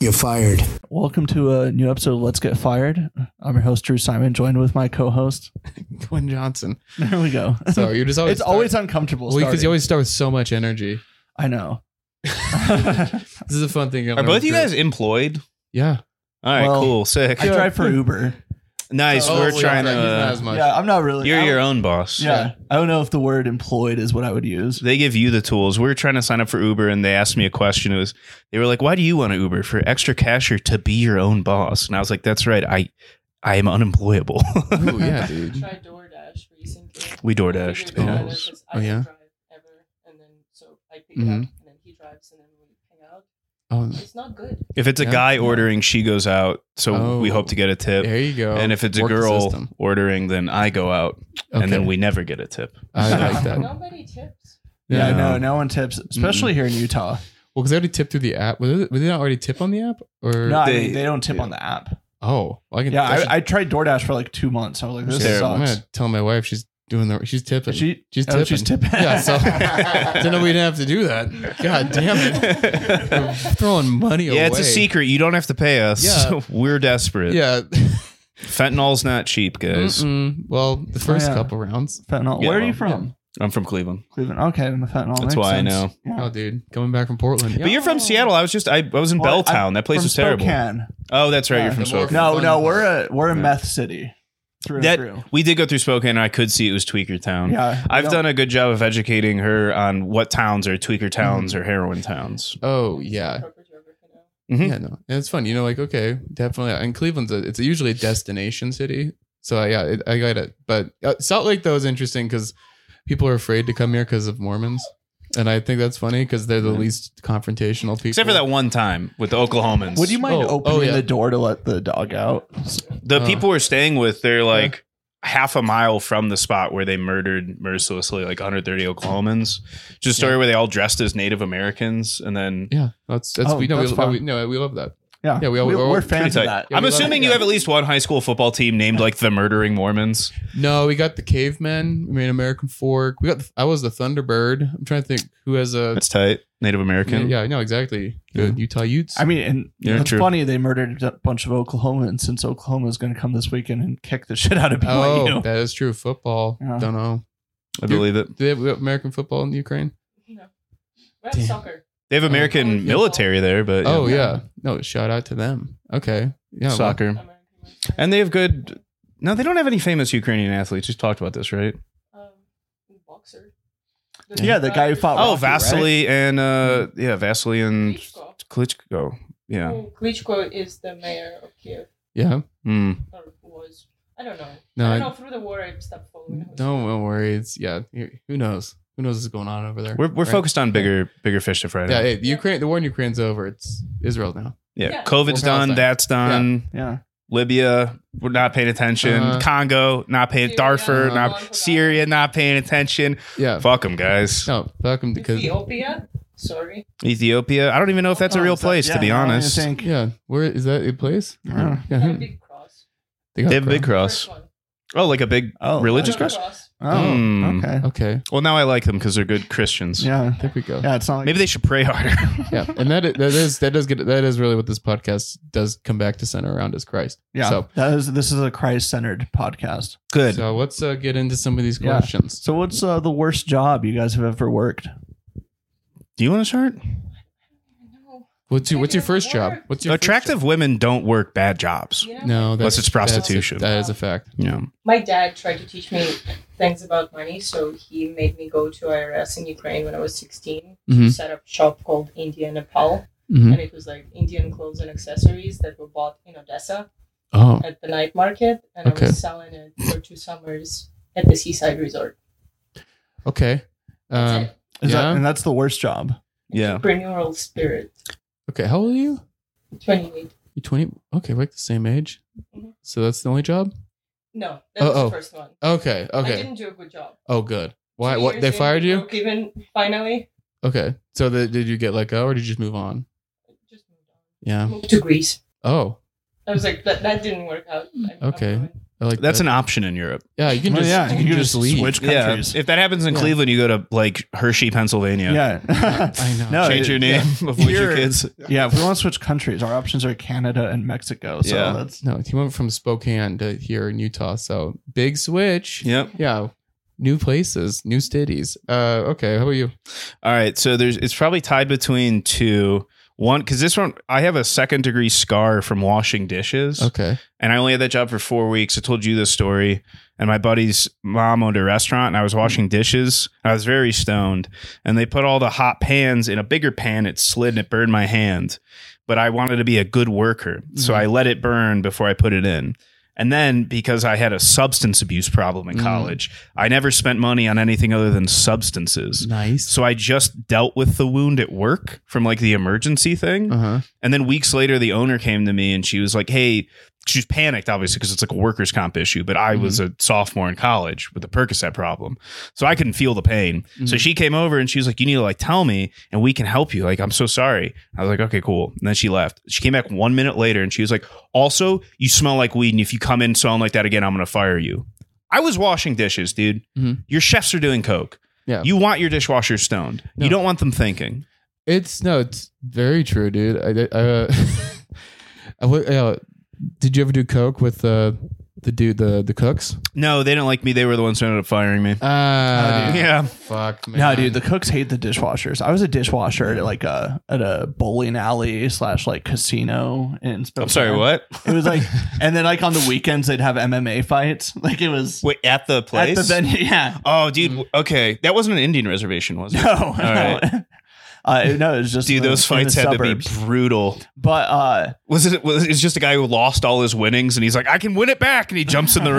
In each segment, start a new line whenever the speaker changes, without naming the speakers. You're fired.
Welcome to a new episode of Let's Get Fired. I'm your host, Drew Simon, joined with my co host.
Gwen Johnson.
There we go.
So you're just always
it's always uncomfortable.
well because you
starting.
always start with so much energy.
I know.
This is a fun thing.
Are both you guys employed?
Yeah.
All right,
Well,
cool, sick,
I drive for Uber.
nice.
Oh,
we're
yeah,
trying to.
He's not
Uh,
as much.
Yeah, I'm not really.
you're
I
your
don't-
own boss.
Yeah, I don't know if the word employed is what I would use.
They give you the tools. We were trying to sign up for Uber, and they asked me a question. It was they were like, "Why do you want to Uber for extra cash or to be your own boss?" And I was like, "That's right. I I am unemployable."
Ooh, Oh, yeah, dude.
tried DoorDash recently.
we door
I
dashed.
figured it out,
Oh.
it's just I
Oh,
don't
yeah?
drive ever, and then so I pick it up, and
Mhm.
then he drives, and then we hang out.
Oh,
It's not good.
If it's a
Yeah.
guy ordering, she goes out, so
Oh.
we hope to get a tip.
there you go.
And if it's a
Work the
girl
system.
ordering, then I go out,
Okay.
and then we never get a tip.
I like that.
Nobody tips.
Yeah,
Yeah.
no, no one tips, especially here in Utah.
Well, because they already tipped through the app. Was it, were they not already tip on the app? Or
No, I
They-
mean, they don't tip on the app.
oh, well, I can.
Yeah,
I should-
I, I tried DoorDash for like two months. I was like, this
shit,
Terrible.
I'm
sucks.
gonna tell my wife she's doing the. She's tipping.
She,
she's tipping.
oh, she's tipping.
Yeah, so didn't know we didn't have to do that. God damn it! We're throwing money away.
Yeah, it's a secret. You don't have to pay us.
Yeah.
We're desperate.
Yeah.
Fentanyl's not cheap, guys.
Mm-mm. Well, the first
yeah.
couple rounds.
Fentanyl.
Yeah,
Where are you
well,
from?
I'm from Cleveland.
Cleveland. Okay, I'm a fentanyl.
That's
Makes
why I
sense.
know.
Yeah.
Oh, dude, coming back from Portland.
But you're from Seattle. I was just I, I was in
Well,
Belltown.
I'm
that place
from
was terrible.
Spokane.
Oh, that's right.
Yeah,
you're from
the more-
Spokane.
No,
Fun.
no, we're a we're a
Yeah.
meth city through
That
and
we did go through Spokane, and I could see it was Tweaker Town.
Um,
through. Yeah,
I've done a good job of educating her on what towns are
Mm-hmm.
tweaker towns or heroin towns.
Oh yeah,
Mhm.
yeah. No, and it's fun. You know, like okay, definitely. And Cleveland's a, it's usually a destination city. So yeah, it, I got it. But uh, Salt Lake though is interesting because people are afraid to come here because of Mormons, and I think that's funny because they're the
Yeah.
least confrontational people.
Except for that one time with the Oklahomans.
Would you mind
Oh, oh,
opening
yeah.
the door to let the dog out?
the
Oh.
Uh,
people we're staying with, they're like half a mile from the spot where they murdered mercilessly like 130 Oklahomans. Just a story where they all dressed as Native Americans and then
Yeah, that's that's
Oh,
we know
that's
we,
fun.
we no we love that.
Yeah,
Yeah, we all-
we,
we're all
are fans of
pretty
that.
Yeah,
I'm
we love
assuming
it,
you
yeah.
have at least one high school football team named like the murdering Mormons.
No, we got the cavemen. We made American fork. We got the, I was the Thunderbird. I'm trying to think who has a
That's tight. Native American.
yeah, no exactly the Utah Utes.
I mean, and
Yeah,
it's
true.
funny they murdered a bunch of Oklahomans since Oklahoma is going to come this weekend and kick the shit out of
oh,
BYU.
that is true. Football.
Yeah.
Don't know.
I believe it.
Do they have American football in Ukraine?
No. We have
Damn.
soccer.
They have American
Yeah.
military there, but
Uh, oh yeah.
Yeah.
No, shout out to them. Okay. Yeah. well,
soccer.
American women.
And they have good. No, they don't have any famous Ukrainian athletes. We've talked about this, right?
Um, boxer.
Yeah, the guy who fought
Oh,
Rocky,
Vasily and uh, yeah, Vasily
Mm.
and
Klitschko.
Klitschko. Yeah.
Who- Klitschko is the mayor of Kiev,
yeah.
Mm.
or was. I don't know.
No,
I
I-
don't know. Through the war, I stopped following. him.
Don't don't worry. It's yeah. you- Who knows? Who knows what's going on over there?
We're we're
right?
focused on bigger bigger fish to fry. now.
Yeah. Hey, the Ukraine. The war in Ukraine's over. It's Israel now.
yeah.
Yeah.
COVID's
We're Palestine.
done. That's done.
Yeah,
Libya, we're not paying attention.
Uh-huh.
Congo, not paying.
Syria.
Darfur,
Uh-huh.
not Syria, not paying attention.
Yeah.
Fuck them, guys.
No. Fuck 'em because
Ethiopia. Sorry.
Ethiopia. I don't even know if that's a
Oh,
real
is that-
place,
yeah,
to be
I don't even
honest.
think-
yeah. Where is that a place?
Yeah.
Had a
who-
big cross.
got
They have a big
First
cross.
one.
Oh, like a big
Oh,
religious
Another
cross.
Oh,
Hmm.
okay.
Okay.
Well, now I like them because they're good Christians.
Yeah,
There we go.
yeah. It's not like
Maybe they should pray harder.
yeah and that that is that does get that is really what this podcast does come back to center around is christ
yeah.
so
that is this is a Christ-centered podcast.
Good.
so let's uh, get into some of these
Yeah.
questions
So, what's uh, the worst job you guys have ever worked?
Do you want to start?
No.
what's your what's your first
Work.
job what's your
Attractive women don't work bad jobs.
You know,
first, no
Unless it's prostitution.
that's a, that is a fact
Yeah.
my dad tried to teach me things about money, so he made me go to IRS in Ukraine when I was 16
Mhm.
to set up shop called India Nepal,
Mhm.
and it was like Indian clothes and accessories that were bought in Odessa
oh
at the night market, and
Okay.
I was selling it for two summers at the seaside resort.
okay um
That's it.
Is
Yeah.
that, and that's the worst job.
Yeah.
Entrepreneurial spirit.
okay how old are you
28.
you 20 okay we're like the same age
Mhm.
so that's the only job
No, that was
Oh, oh.
the first one.
okay
I
okay
didn't do a good job.
oh good why
Two
what
years
they
in,
fired
we
you
broke Even finally,
okay so the, did you get let go or did you just move on
just moved on.
yeah
Moved to Greece.
oh
I was like, that, that didn't work out. I'm- I'm
Okay.
going.
I like
That's
that.
an option in Europe.
yeah. You can
Well,
just
yeah,
you can just, leave.
switch countries.
Yeah. If that happens in
Yeah.
Cleveland, you go to like Hershey, Pennsylvania.
Yeah,
I know.
No,
Change
it-
your name. Avoid your
Here-
kids.
Yeah. yeah, if we want to switch countries, our options are Canada and Mexico. So
Yeah.
that's
No, he went from Spokane to here in Utah. So big switch.
Yep.
Yeah. New places, new cities. Uh, okay. How about you?
All right, so there's it's probably tied between two. One, because this one, I have a second degree scar from washing dishes,
Okay.
and I only had that job for four weeks. I told you this story, and my buddy's mom owned a restaurant, and I was washing dishes. I was very stoned, and they put all the hot pans in a bigger pan. It slid and it burned my hand, but I wanted to be a good worker, so
Mhm.
I let it burn before I put it in. And then because I had a substance abuse problem in
Mm.
college, I never spent money on anything other than substances.
Nice.
So I just dealt with the wound at work from like the emergency thing.
Uh huh.
And then weeks later, the owner came to me and she was like, Hey, she was panicked, obviously, because it's like a workers' comp issue. But I was a sophomore in college with a Percocet problem. So I couldn't feel the pain. So
Mhm.
she came over and she was like, You need to like tell me and we can help you. Like, I'm so sorry. I was like, Okay, cool. And then she left. She came back one minute later and she was like, Also, you smell like weed. And if you come in smelling like that again, I'm going to fire you. I was washing dishes, dude.
Mhm.
Your chefs are doing coke.
Yeah.
You want your dishwasher stoned.
No.
You don't want them thinking.
It's no, it's very true, dude. I, I, uh, I wa- yeah, did you ever do coke with uh, the dude, the the cooks?
No, they didn't like me. They were the ones who ended up firing me.
Ah,
Uh, yeah.
fuck, man.
Oh, No, dude, the cooks hate the dishwashers. I was a dishwasher at like a at a bowling alley slash like casino in Spokane.
I'm sorry, what?
It was like, and then like on the weekends they'd have MMA fights. Like it was
Wait, at the place?
at the venue. Mm. Yeah,
oh, dude. w- Okay. That wasn't an Indian reservation, was it?
no, no.
right.
Uh, no, it was just
Dude,
in the-
those
in the
fights had to be
suburbs.
brutal.
But uh,
Was it was it's just a guy who lost all his winnings and he's like, I can win it back, and he jumps in the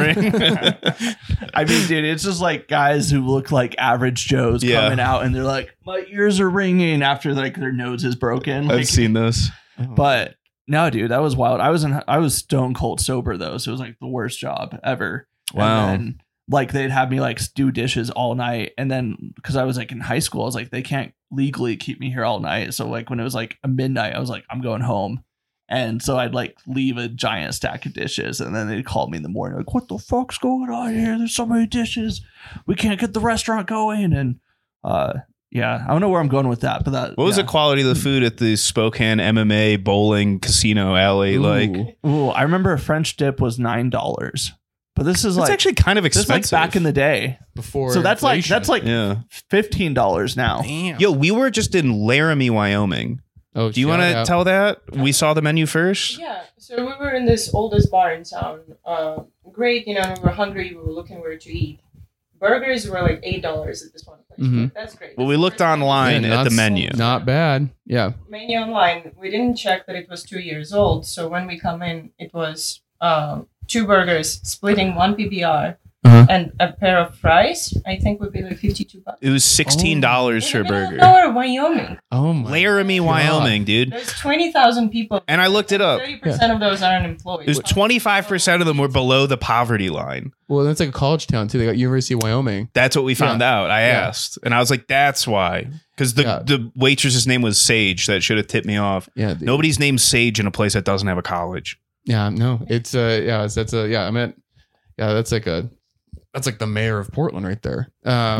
ring.
I mean, dude, it's just like guys who look like average Joes
Yeah.
coming out, and they're like, "My ears are ringing" after like their nose is broken. Like,
I've seen this.
But no, dude, that was wild. I was in I was stone cold sober though, so it was like the worst job ever. And
Wow.
then, like they'd have me like do dishes all night, and then because I was like in high school, I was like they can't legally keep me here all night. So like when it was like midnight, I was like I'm going home. And so I'd like leave a giant stack of dishes, and then they'd call me in the morning, like, "What the fuck's going on here? There's so many dishes, we can't get the restaurant going." And uh, yeah, I don't know where I'm going with that, but that
What was
yeah.
the quality of the food at the Spokane MMA bowling casino alley?
Ooh.
Like
Ooh, I remember a French dip was nine dollars, but this is
it's
like
actually kind of
this is
expensive.
like back in the day.
before
so that's like
inflation.
that's like
yeah.
fifteen dollars now.
damn.
Yo, we were just in Laramie, Wyoming.
oh,
Do you want to tell that we saw the menu first?
Yeah, so we were in this oldest bar in town. Uh, great, you know, we were hungry, we were looking where to eat. Burgers were like $8 at this one place.
Mhm.
That's great.
Well, we looked online
Yeah,
at the
that's-
menu.
Not bad. Yeah.
Menu online, we didn't check that it was two years old, so when we come in, it was um, two burgers splitting one PBR
Uh-huh.
and a pair of fries. I think would be like 52 bucks.
It was sixteen dollars for a
In the middle of
burger.
nowhere, Wyoming.
Oh my.
Laramie,
God.
Wyoming, dude.
There's 20,000 people.
And I looked it up.
30% of those are
It
unemployed.
was twenty five percent of them were below the poverty line.
Well, that's like a college town too. They got University of Wyoming.
That's what we found out. I
Yeah.
asked, and I was like, "That's why." Because the
Yeah.
the waitress's name was Sage. That should have tipped me off.
Yeah. dude.
Nobody's named Sage in a place that doesn't have a college.
Yeah. No. It's uh. Yeah. It's, that's a. Yeah. I meant. Yeah. That's like a. That's like the mayor of Portland right there. Um,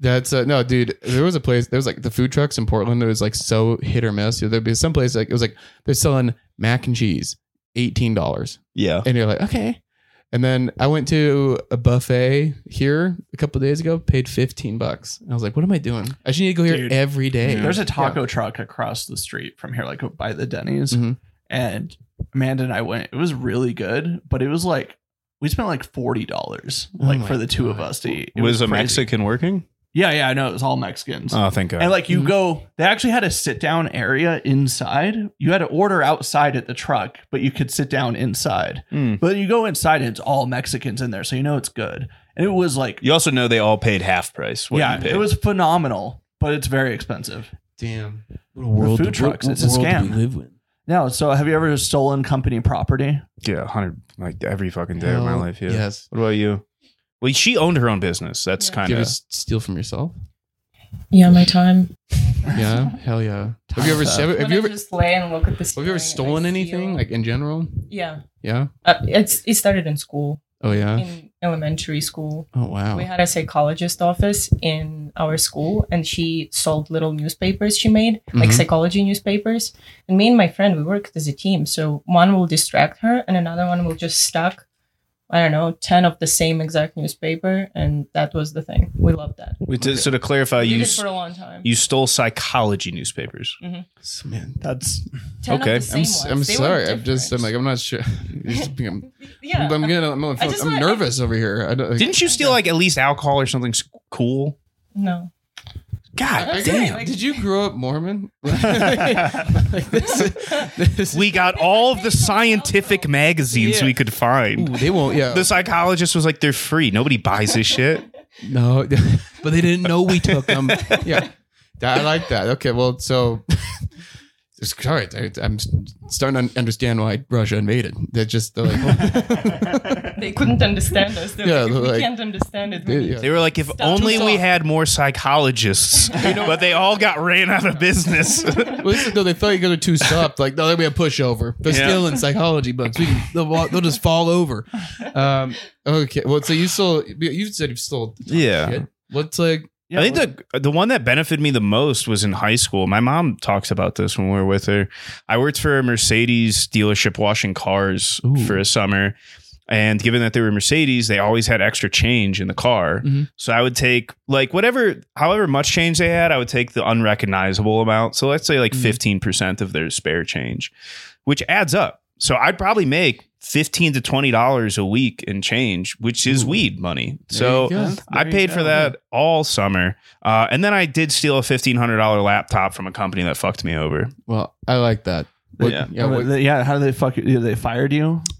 That's uh, no, dude. There was a place. There was like the food trucks in Portland. It was like so hit or miss. There'd be some place like it was like they're selling mac and cheese, eighteen dollars,
yeah.
and you're like, okay. And then I went to a buffet here a couple days ago, paid fifteen bucks. And I was like, what am I doing? I should need to go here
Dude.
every day.
There's a taco
Yeah.
truck across the street from here, like by the Denny's,
Mm-hmm.
Mhm.
and Amanda and I went. It was really good, but it was like we spent like forty dollars,
Oh
like
my
for the two of
God.
us to eat. It
was, a
crazy.
Mexican working?
Yeah, yeah, I know. It was all Mexicans.
Oh, thank God.
And like you
Mhm.
go, they actually had a sit down area inside. You had to order outside at the truck, but you could sit down inside.
Mm.
But you go inside and it's all Mexicans in there, so you know it's good. And it was like,
You also know they all paid half price. What
yeah,
you paid.
it was phenomenal, but it's very expensive.
damn.
world food trucks, it's a scam. Now, so have you ever stolen company property?
yeah, hundred like every fucking day of my
Hell
life. Yeah.
Yes.
What about you? Well, she owned her own business. That's
Yeah.
kind
Do you
of
ever s- steal from yourself?
yeah, my time.
Yeah. Hell yeah. Have you ever?
Time
Have, have
When
you
I
ever?
just lay and look at the
Have you ever
ceiling, I
stolen
feel-
anything like in general?
yeah
Yeah.
uh, it's it started in school
Oh yeah.
in elementary school.
Oh wow.
We had a psychologist office in our school, and she sold little newspapers she made, like
Mhm.
psychology newspapers. And me and my friend, we worked as a team. So one will distract her, and another one will just stack, I don't know, 10 of the same exact newspaper. And that was the thing. We loved that.
We did, So to clarify,
we
you
did it
s-
for a long time.
you stole psychology newspapers.
S- Man,
That's
10
okay.
Of the same
I'm s-
ones.
I'm
They were
sorry. I'm just I'm
different.
like I'm not sure. Just being-
yeah.
I'm gonna I'm, I'm,
I just wanna-
nervous over here. I don't, like,
Didn't you steal like at least alcohol or something s- cool?
no.
God
That's
damn.
it, like-
Did you grow up Mormon? like this, this
We got all of the scientific magazines we could find.
Ooh, they won't. Yeah.
The psychologist was like, "They're free. Nobody buys this shit."
no, but they didn't know we took them. yeah. That, I like that. Okay. Well, so. it's- All right, I, I'm starting to understand why Russia invaded. They're just they're like,
They couldn't understand us. They're
Yeah,
like,
they're
we
like-
can't understand it.
Yeah,
We
yeah.
They were like, "If only we had more psychologists," but they all got ran out of business.
Well, this is, no, they thought you guys were too soft. Like, no, they'll be a pushover. They're
Yeah.
stealing psychology books. We can, they'll, wa- they'll just fall over. Um, okay. Well, so you sold. You said you sold.
yeah.
Shit. What's like?
yeah,
I think the the one that benefited me the most was in high school. My mom talks about this when we were with her. I worked for a Mercedes dealership washing cars
Ooh.
for a summer. And given that they were Mercedes, they always had extra change in the car.
Mhm.
So I would take like whatever, however much change they had, I would take the unrecognizable amount. So let's say like
Mhm.
15% of their spare change, which adds up. So I'd probably make 15 to $20 a week in change, which is
Ooh.
weed money.
There
so
you go.
I
There you
paid
go.
for that all summer, uh, and then I did steal a fifteen hundred dollar laptop from a company that fucked me over.
Well, I like that. What-
Yeah.
Yeah,
what-
but- yeah, how did they fuck you? They fired you? Is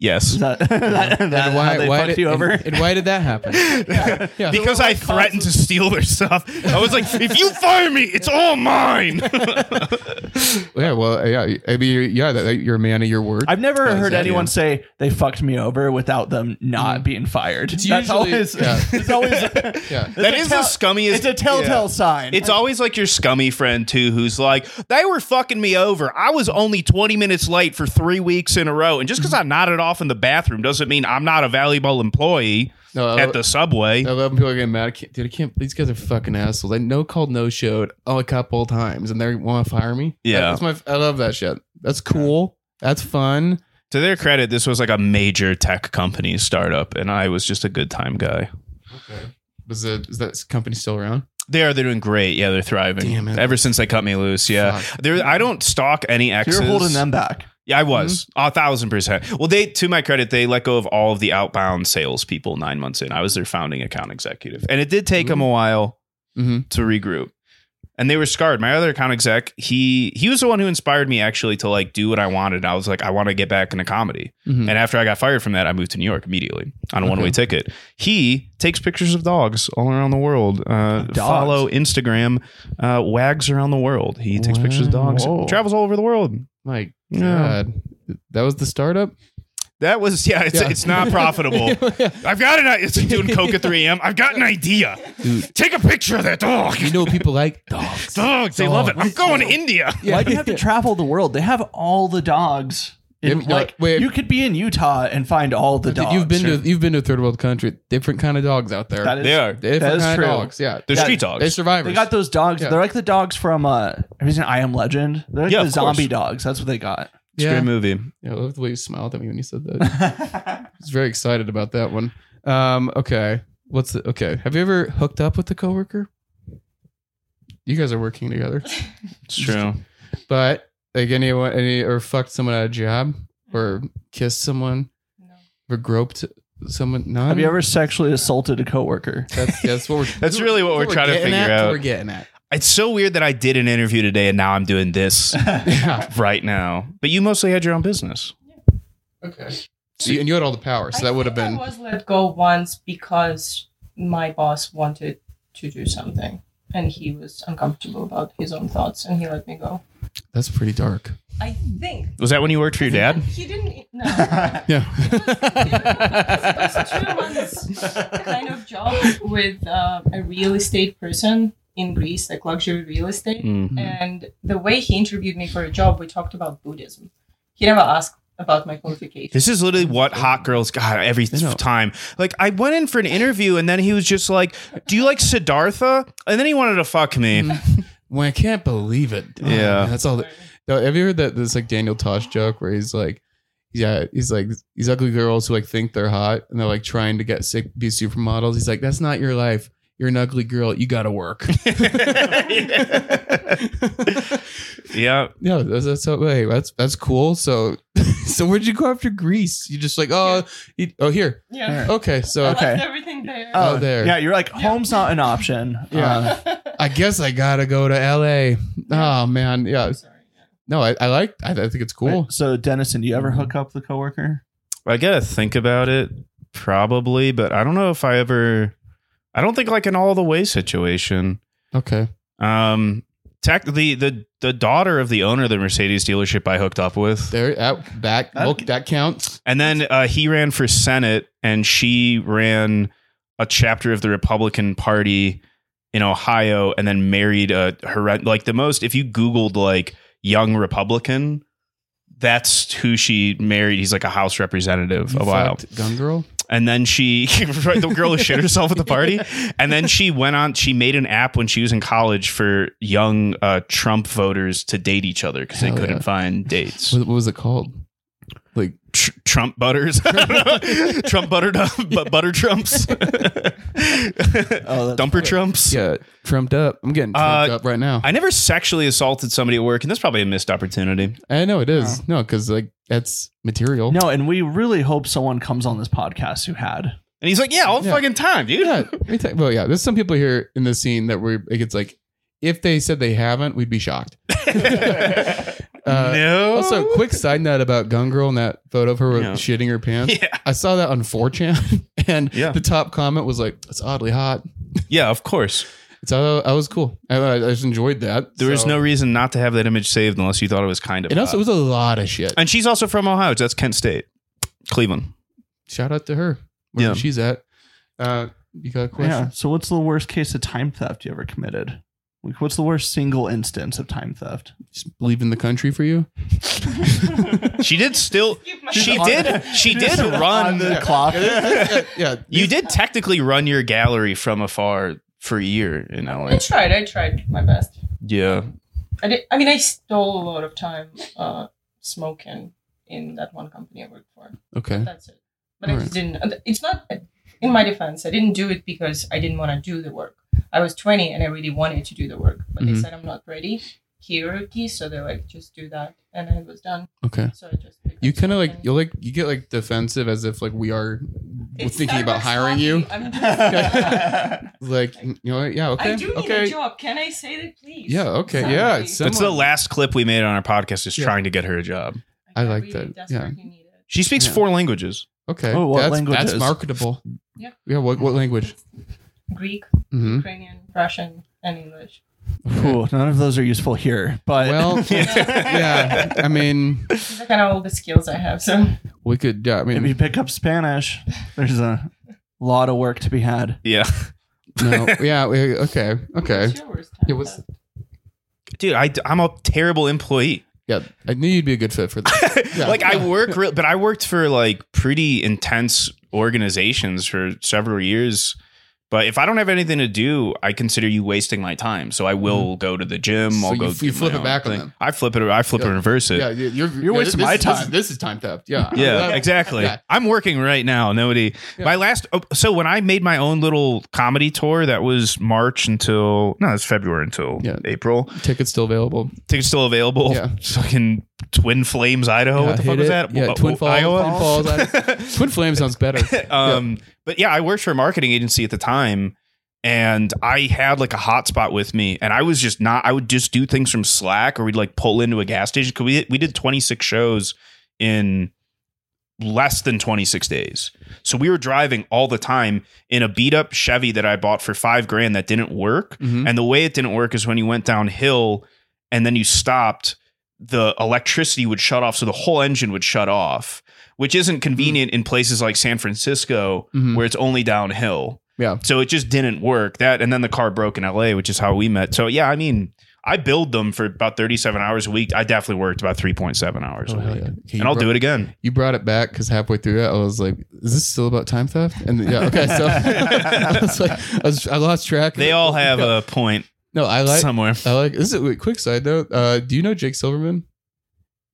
Yes,
that, that,
and
that how they fucked
did,
you over?
And, and why did that happen? Yeah.
because I threatened to steal their stuff. I was like, "If you fire me, it's all mine."
yeah. Well, yeah. I mean, you're, yeah. That, that you're a man of your word.
I've never
That's
heard
it,
anyone
yeah.
say they fucked me over without them not
Mhm.
being fired.
It's
That's
usually-
always,
yeah.
it's always,
yeah.
that
a
is
tell-
the scummiest.
it's a telltale
Yeah.
sign.
It's always like your scummy friend too, who's like, "They were fucking me over. I was only twenty minutes late for three weeks in a row, and just because I nodded off in the bathroom doesn't mean I'm not a valuable employee
No, I
Oh.
at
love-
the subway."
I love when people are getting mad. I can't, dude, I can't. These guys are fucking assholes. I no called, no showed oh, a couple times, and they want to fire me.
Yeah.
that's my. I love that shit. That's cool. That's fun.
To their credit, this was like a major tech company startup, and I was just a good time guy.
Was it? Is that company still around?
They are. They're doing great. Yeah, they're thriving.
Damn it.
Ever since they cut me loose, yeah.
Fuck.
There, I don't stalk any exes.
you're holding them back.
Yeah, I was a thousand percent. Well, they, to my credit, they let go of all of the outbound salespeople nine months in. I was their founding account executive, and it did take
Ooh.
them a while
Mhm.
to regroup. And they were scarred. My other account exec, he he was the one who inspired me actually to like do what I wanted. I was like, I want to get back into comedy.
Mhm.
And after I got fired from that, I moved to New York immediately on a
Okay.
one way ticket. He takes pictures of dogs all around the world. Uh,
Dogs?
Follow Instagram, uh, wags around the world. He takes pictures of dogs,
Wow.
travels all over the world.
My
Yeah.
God, that was the startup.
That was, yeah, it's,
Yeah.
it's not profitable. I've got an idea. It's like doing Coke at 3 a.m. I've got an idea.
Dude,
Take a picture of that dog.
you know people like dogs.
Dogs, they love it. I'm going to India.
Yeah.
Why do you have to travel the world? They have all the dogs. In,
Yeah, but,
like
wait.
you could be in Utah and find all the
Dude,
dogs.
you've been to you've been to a third world country. Different kind of dogs out there.
That is-
They are.
different
that is
kind
true.
of dogs. Yeah,
They're
Yeah,
street
they're
dogs.
survivors.
They got those dogs.
Yeah.
They're like the dogs from uh have you seen I Am Legend? They're like
Yeah,
the
of course.
zombie dogs. That's what they got.
It's a
yeah.
great movie.
Yeah, I love the way you smiled at me when you said that. I was very excited about that one. Um, okay. What's the okay? Have you ever hooked up with a coworker? You guys are working together,
It's true.
but like anyone, any or fucked someone at a job, or kissed someone,
No.
or groped someone. None?
Have you ever sexually assaulted a coworker?
That's that's what we're.
That's really what we're trying to
getting
figure
at, that's what
out.
We're getting at.
It's so weird that I did an interview today and now I'm doing this
Yeah.
right now. But you mostly had your own business.
Okay. So you, and you had all the power, so
I
that would have
think
been.
I was let go once because my boss wanted to do something, and he was uncomfortable about his own thoughts, and he let me go.
That's pretty dark.
I think
Was that when you worked for your dad?
he didn't. e-, No, it
Yeah.
was two months kind of job with uh, a real estate person in Greece, like luxury real estate.
Mm.
And the way he interviewed me for a job, we talked about Buddhism. He never asked about my qualifications.
This is literally what hot girls got every
I know.
time. Like I went in for an interview and then he was just like, "Do you like Siddhartha?" And then he wanted to fuck me.
Well, I can't believe it. Oh,
Yeah.
that's all. No, have you heard that this like Daniel Tosh joke where he's like, yeah, he's like these ugly girls who like think they're hot and they're like trying to get sick, be supermodels. He's like, that's not your life. You're an ugly girl. You gotta work.
yeah.
No, that's that's how, hey, that's that's cool. So, so where'd you go after Greece? You just like oh, you, oh here,
Yeah.
okay. So
Okay.
I left everything there.
Oh, there.
Uh, Yeah, you're like home's not an option.
Yeah.
Uh,
I guess I gotta go to L.A. Oh man, yeah.
Sorry.
No, I, I like. I, I think it's cool.
wait, so Dennison, do you ever hook up with a coworker?
I gotta think about it, probably, but I don't know if I ever. I don't think like an all the way situation.
Okay.
Um, tech, the the the daughter of the owner of the Mercedes dealership I hooked up with,
There, that that
That-
look, that counts.
and then uh, he ran for Senate, and she ran a chapter of the Republican Party in Ohio, and then married a horrend- like the most. If you Googled like young Republican, that's who she married. He's like a House representative.
You
a while.
fucked Gun girl.
and then she right, the girl who shit herself at the party and then she went on she made an app when she was in college for young uh, trump voters to date each other because they
Hell
couldn't
yeah.
find dates
What, what was it called? Like
Tr- trump butters trump buttered up but butter trumps
Oh, that's
dumper trumps
yeah, trumped up. I'm getting trumped
Uh,
up right now.
i never sexually assaulted somebody at work and that's probably a missed opportunity
I, know it is no, because like that's material.
No, and we really hope someone comes on this podcast who had.
and he's like yeah all the
Yeah.
fucking time dude
yeah. let me tell- Well, yeah. There's some people here in this scene that we're. Like, it's like if they said they haven't, we'd be shocked. Uh,
no
Also, quick side note about Gun Girl and that photo of her with
Yeah.
shitting her pants.
yeah
I saw that on 4chan, and
Yeah.
the top comment was like, "It's oddly hot."
yeah of course
So I was cool. I, I just enjoyed that.
there was
So-
no reason not to have that image saved unless you thought it was kind of
And also,
hot.
it was a lot of shit.
And she's also from Ohio. That's Kent State, Cleveland.
Shout out to her. Where
Yeah.
she's at. Uh, you got a question?
Yeah. So what's the worst case of time theft you ever committed? Like, what's the worst single instance of time theft?
Just leaving the country for you?
She did still.
Give my-
She did. She did
On
run.
the clock.
yeah, yeah.
You did technically run your gallery from afar for a year in
I
LA.
tried. I tried my best.
Yeah.
I did. I mean, I stole a lot of time uh, smoking in that one company I worked for.
Okay.
That's it. But I
Alright.
just didn't. uh, It's not. In my defense, I didn't do it because I didn't want to do the work. I was 20 and I really wanted to do the work, but they
Mhm.
said I'm not ready. Hierarchy, so they're like, just do that, and I was done.
Okay.
So I just. picked
You
up
kind of like
smoking.
you like you get like defensive as if like we are we're
It's
thinking about
Starbucks
hiring
coffee.
you.
I'm just-
Like you know what? yeah okay
I do need
okay
a job. Can I say that, please?
yeah okay yeah it's uh,
That's the
similar.
last clip we made on our podcast. Is
Yeah.
trying to get her a job.
I like that, yeah.
Need it.
She speaks
Yeah.
four languages.
okay
Oh, what
that's,
language
that's
is-
marketable
Yeah.
yeah what what language
Greek,
mm-hmm.
Ukrainian, Russian, and English.
Ooh, none of those are useful here. But
well yeah I mean
These are kind of all the skills I have. So
we could yeah I
if you
mean
pick up Spanish, there's a lot of work to be had.
Yeah.
no yeah we, okay okay
What's your worst time
It was-
theft?
Dude, I, am a terrible employee.
yeah I knew you'd be a good fit for that Yeah.
like I work, real, but I worked for like pretty intense organizations for several years. But if I don't have anything to do, I consider you wasting my time. So I will go to the gym.
Mm-hmm. So
I'll
you-
go.
you
do my
flip it
own
back on them.
I flip it. I flip
Yeah.
and reverse it.
yeah
Yeah,
you- you're
You're wasting
this-
my
this is-
time.
this is time theft yeah That-
exactly.
Yeah.
I'm working right now. Nobody.
Yeah.
My last. oh, So when I made my own little comedy tour, that was March until no, it's February until
Yeah.
April.
tickets still available
Tickets still available.
Yeah.
Fucking Twin Flames, Idaho.
Yeah,
what the fuck
hit
was
it.
that? Uh,
yeah
Wa-
twin
wa-
falls, twin falls I- twin flame sounds better
um, But yeah, I worked for a marketing agency at the time and I had like a hotspot with me and I was just not, I would just do things from Slack or we'd like pull into a gas station. Cause we, we did 26 shows in less than 26 days. So we were driving all the time in a beat up Chevy that I bought for five grand that didn't work.
Mhm.
And the way it didn't work is when you went downhill and then you stopped, the electricity would shut off. So the whole engine would shut off, which
Mm-hmm.
isn't convenient in places like San Francisco
Mhm.
where it's only downhill.
Yeah.
So it just didn't work. That and then the car broke in LA, which is how we met. So yeah, I mean, I build them for about 37 hours a week. I definitely worked about 3.7 hours
Oh,
a
hell
week.
yeah. Okay,
And I'll do
brought-
it again.
You brought it back because halfway through it, I was like, "Is this still about time theft?" And yeah, okay, so I was like, I, was, I lost track. of
They
it.
all have a point
no. I like.
somewhere.
I like. This is wait, quick side note. Uh, do you know Jake Silverman?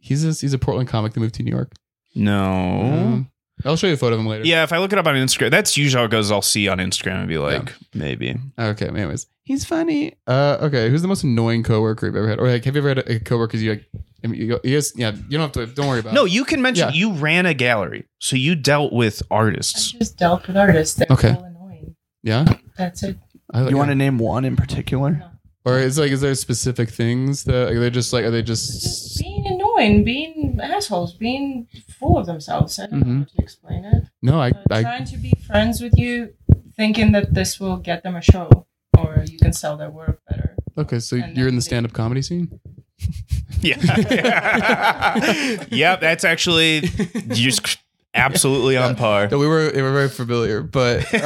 He's a, he's a Portland comic that moved to New York.
No.
Um, I'll show you a photo of him later.
Oh. Yeah, if I look it up on Instagram, that's usually how it goes. I'll see on Instagram and be like, maybe.
Okay. Anyways, he's funny. Uh, okay. Who's the most annoying coworker you've ever had? Or like, have you ever had a, a coworker you like? I mean, you, go, you guys, yeah. You don't have to. Don't worry about.
No,
it.
you can mention
Yeah.
you ran a gallery, so you dealt with artists.
I just dealt with artists. They're
Okay.
all annoying.
Yeah.
That's it.
I like
You want
it.
to name one in particular?
Or is like, is there specific things that like, they're just like, are they
Just
just?
being annoying, being assholes, being full of themselves. I don't know how to explain it.
No, I,
Uh,
Mm-hmm. I
trying to be friends with you, thinking that this will get them a show or you can sell their work better.
Okay, so
And
you're
then
in the
they-
stand-up comedy scene.
Yeah. yep, that's actually just absolutely on par.
No, we were we were very familiar, but uh,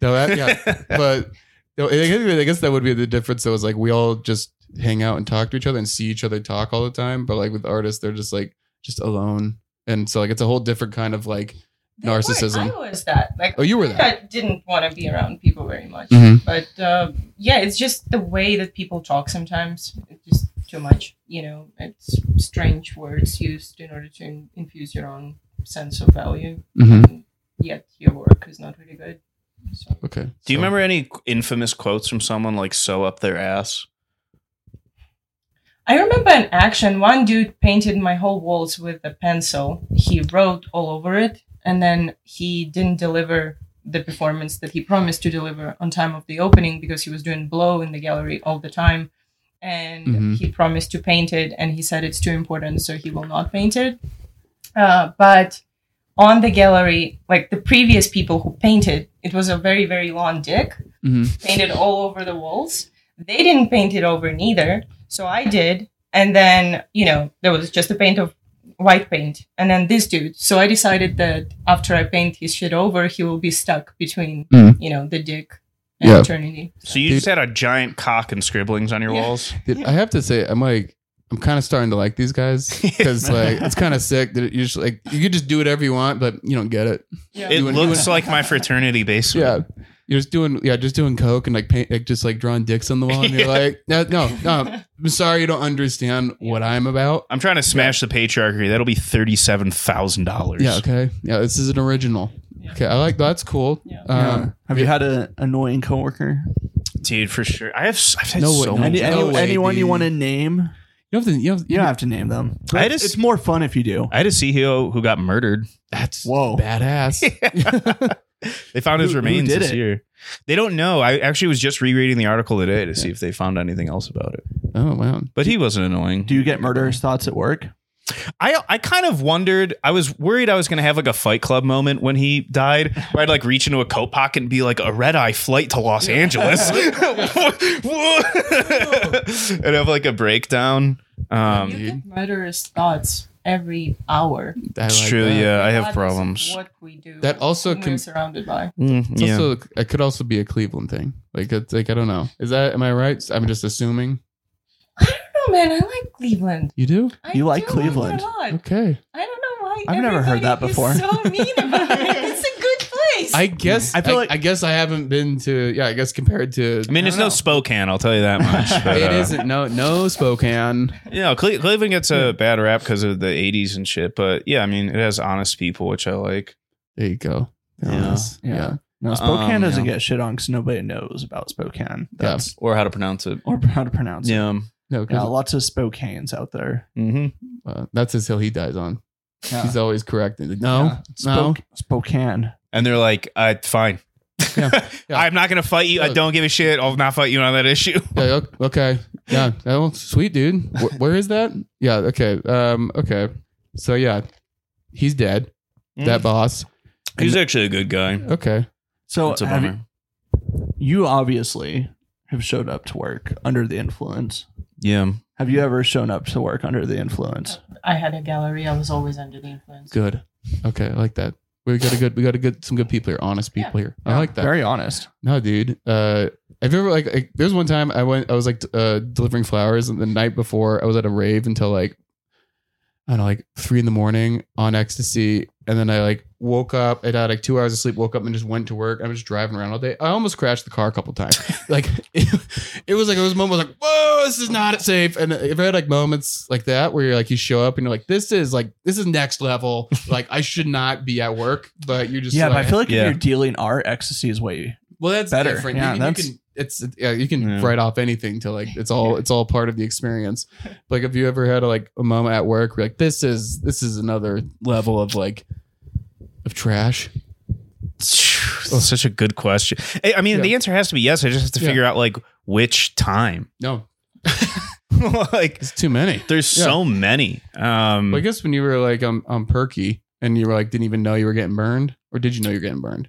no, that, yeah, but no, I, guess, I guess that would be the difference. That was like we all just hang out and talk to each other and see each other talk all the time. But like with artists, they're just like just alone, and so like it's a whole different kind of like.
They weren't.
Narcissism.
I was that. Like,
Oh, you were that.
I didn't want to be around people very much.
Mhm.
But uh, yeah, it's just the way that people talk sometimes. It's just too much, you know. It's strange words used in order to in- infuse your own sense of value.
Mm-hmm.
Mm-hmm.
And yet your work is not really good. So
Okay.
Do you
so-
remember any infamous quotes from someone like sew up their ass?
I remember an action. One dude painted my whole walls with a pencil. He wrote all over it, and then he didn't deliver the performance that he promised to deliver on time of the opening because he was doing blow in the gallery all the time. And
Mhm.
he promised to paint it, and he said it's too important, so he will not paint it. Uh, but on the gallery, like the previous people who painted, it was a very, very long dick
Mhm.
painted all over the walls. They didn't paint it over neither, so I did. And then you know there was just a paint of white paint, and then this dude. So I decided that after I paint his shit over, he will be stuck between
Mm.
you know the dick and
Yeah.
eternity.
So you just had a giant cock and scribblings on your
Yeah.
walls?
Dude, I have to say, I'm like, I'm kind of starting to like these guys because like it's kind of sick that you just like you could just do whatever you want, but you don't get it.
Yeah.
It
You and-
looks like my fraternity basement.
Yeah. You're just doing, yeah, just doing coke and like paint, like just like drawing dicks on the wall. And you're like, no, no, no, I'm sorry, you don't understand what I'm about.
I'm trying to smash the patriarchy. That'll be thirty-seven thousand dollars.
Yeah, okay, yeah, this is an original.
Yeah.
Okay, I like that's cool.
Yeah.
Yeah.
Um,
Have you had an annoying coworker?
dude, for sure. I have. s- I've had
No way.
so
I
many.
Any,
no
any-
way,
anyone you
dude.
want to name?
you have to, you have,
You don't have to name them.
I just-
it's more fun if you do.
I had a CEO who got murdered.
that's
Whoa.
badass.
They found his
Who- who
remains
did
this
it?
year. They don't know. I actually was just rereading the article today to see if they found anything else about it.
oh wow,
But he wasn't annoying.
Do you get murderous thoughts at work?
I I kind of wondered. I was worried I was going to have like a Fight Club moment when he died, where I'd like reach into a coat pocket and be like a red eye flight to Los Angeles, and have like a breakdown. Um,
you get murderous thoughts every hour.
I
it's
like
true.
that.
Yeah, I
Regardless
have
of
problems.
What we do.
That also
who
can-
we're surrounded by.
Mm,
It's
yeah.
also, it could also be a Cleveland thing. Like, it's like I don't know. Is that am I right? I'm just assuming.
I don't know, man. I like Cleveland.
You do?
I
You like
do like it a
Cleveland.
lot.
Okay.
I don't know why.
I've never heard that
everybody is
before.
So mean about it. It's a good place.
I guess. I feel like. I guess I haven't been to. Yeah, I guess compared to.
I mean, it's no Spokane. I'll tell you that much. But,
it
uh,
isn't. No, no Spokane.
You know, Cle- Cleveland gets a bad rap because of the '80s and shit. But yeah, I mean, it has honest people, which I like.
There you go.
Yeah.
Yes.
Yeah.
Yeah.
No, Spokane
Um,
doesn't
yeah.
get shit on because nobody knows about Spokane. That's
Or how to pronounce it?
or how to pronounce it.
Yeah.
No,
Yeah,
'cause,
lots of Spokanes out there.
hmm
uh, that's his hill he dies on.
Yeah.
He's always correct. He's like, No,
Yeah.
no.
Spoke- Spokane.
And they're like, uh, fine.
Yeah, yeah.
I'm not gonna fight you. I
Yeah.
don't give a shit. I'll not fight you on that issue.
Yeah, o- okay. Yeah. Oh, sweet dude. Wh- where is that? Yeah. Okay. Um. Okay. So yeah, he's dead. That boss.
He's actually a good guy.
Okay.
So
It's a
have
bummer.
you, you obviously have showed up to work under the influence.
yeah.
Have you ever shown up to work under the influence?
I had a gallery. I was always under the influence.
Good. Okay. I like that. We got a good, we got a good, some good people here, honest people here. I like that.
Very honest.
No, dude. Uh, have you ever like? like there's one time I went. I was like d- uh, delivering flowers, and the night before I was at a rave until like I don't know, like three in the morning on ecstasy, and then I like woke up. I had like two hours of sleep. Woke up and just went to work. I was just driving around all day. I almost crashed the car a couple times. like it, it was like it was a moment I was like, whoa, this is not safe. And if I had like moments like that where you're like you show up and you're like, this is like this is next level. like I should not be at work, but you're just
yeah,
like,
but I feel like
Yeah.
if you're dealing art, ecstasy is way.
well, that's
Better.
Different.
Yeah,
you,
that's-
you can, it's yeah, you can
Yeah.
write off anything to like it's all it's all part of the experience. Like, have you ever had like a moment at work where like this is this is another level of like of trash?
That's such a good question. I I mean,
Yeah.
the answer has to be yes. I just have to
Yeah.
figure out like which time.
No,
like
it's too many.
there's
Yeah.
so many. Um
Well, I guess when you were like um on perky and you were like didn't even know you were getting burned, or did you know you're getting burned?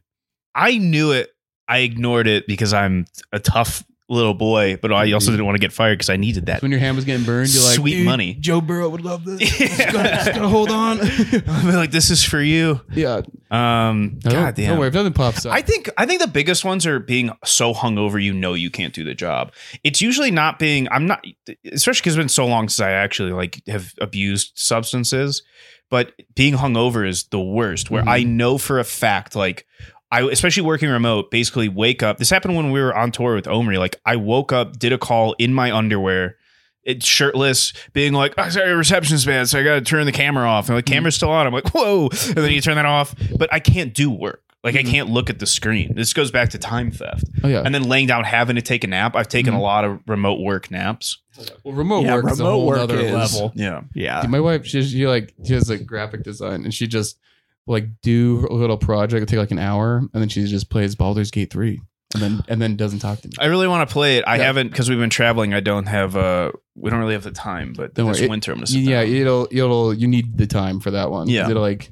I knew it. I ignored it because I'm a tough little boy, but I also
Mhm.
didn't want to get fired because I needed that.
When your hand was getting burned, you're like
Sweet
"Dude,
money."
Joe Burrow would love this.
Yeah.
just, gotta, just gotta hold on.
I'd be like, this is for you.
yeah.
Um
Oh, No,
God
Don't worry
damn.
if nothing pops up.
I think I think the biggest ones are being so hungover you know you can't do the job. It's usually not being I'm not especially because it's been so long since I actually like have abused substances, but being hungover is the worst. Where
Mhm.
I know for a fact, like I especially working remote, basically wake up. This happened when we were on tour with Omri. Like I woke up, did a call in my underwear. It's shirtless, being like, oh, sorry, reception's bad, so I gotta turn the camera off. And the camera's still on. I'm like, whoa. And then you turn that off. But I can't do work. Like I can't look at the screen. This goes back to time theft.
oh yeah.
And then laying down having to take a nap. I've taken
Mhm.
a lot of remote work naps.
Well, remote
Yeah,
work is a
remote
whole
work
other
is-
level.
Yeah.
Yeah.
Dude, my wife, she, she like she has like graphic design, and she just like do her little project. It'll take like an hour, and then she just plays Baldur's Gate three, and then and then doesn't talk to me.
I really want to play it. I
Yeah.
haven't because we've been traveling. I don't have uh we don't really have the time, but
Don't
this
worry. It-
winter I'm gonna sit
yeah,
down.
it'll it'll you need the time for that one.
Yeah.
it'll like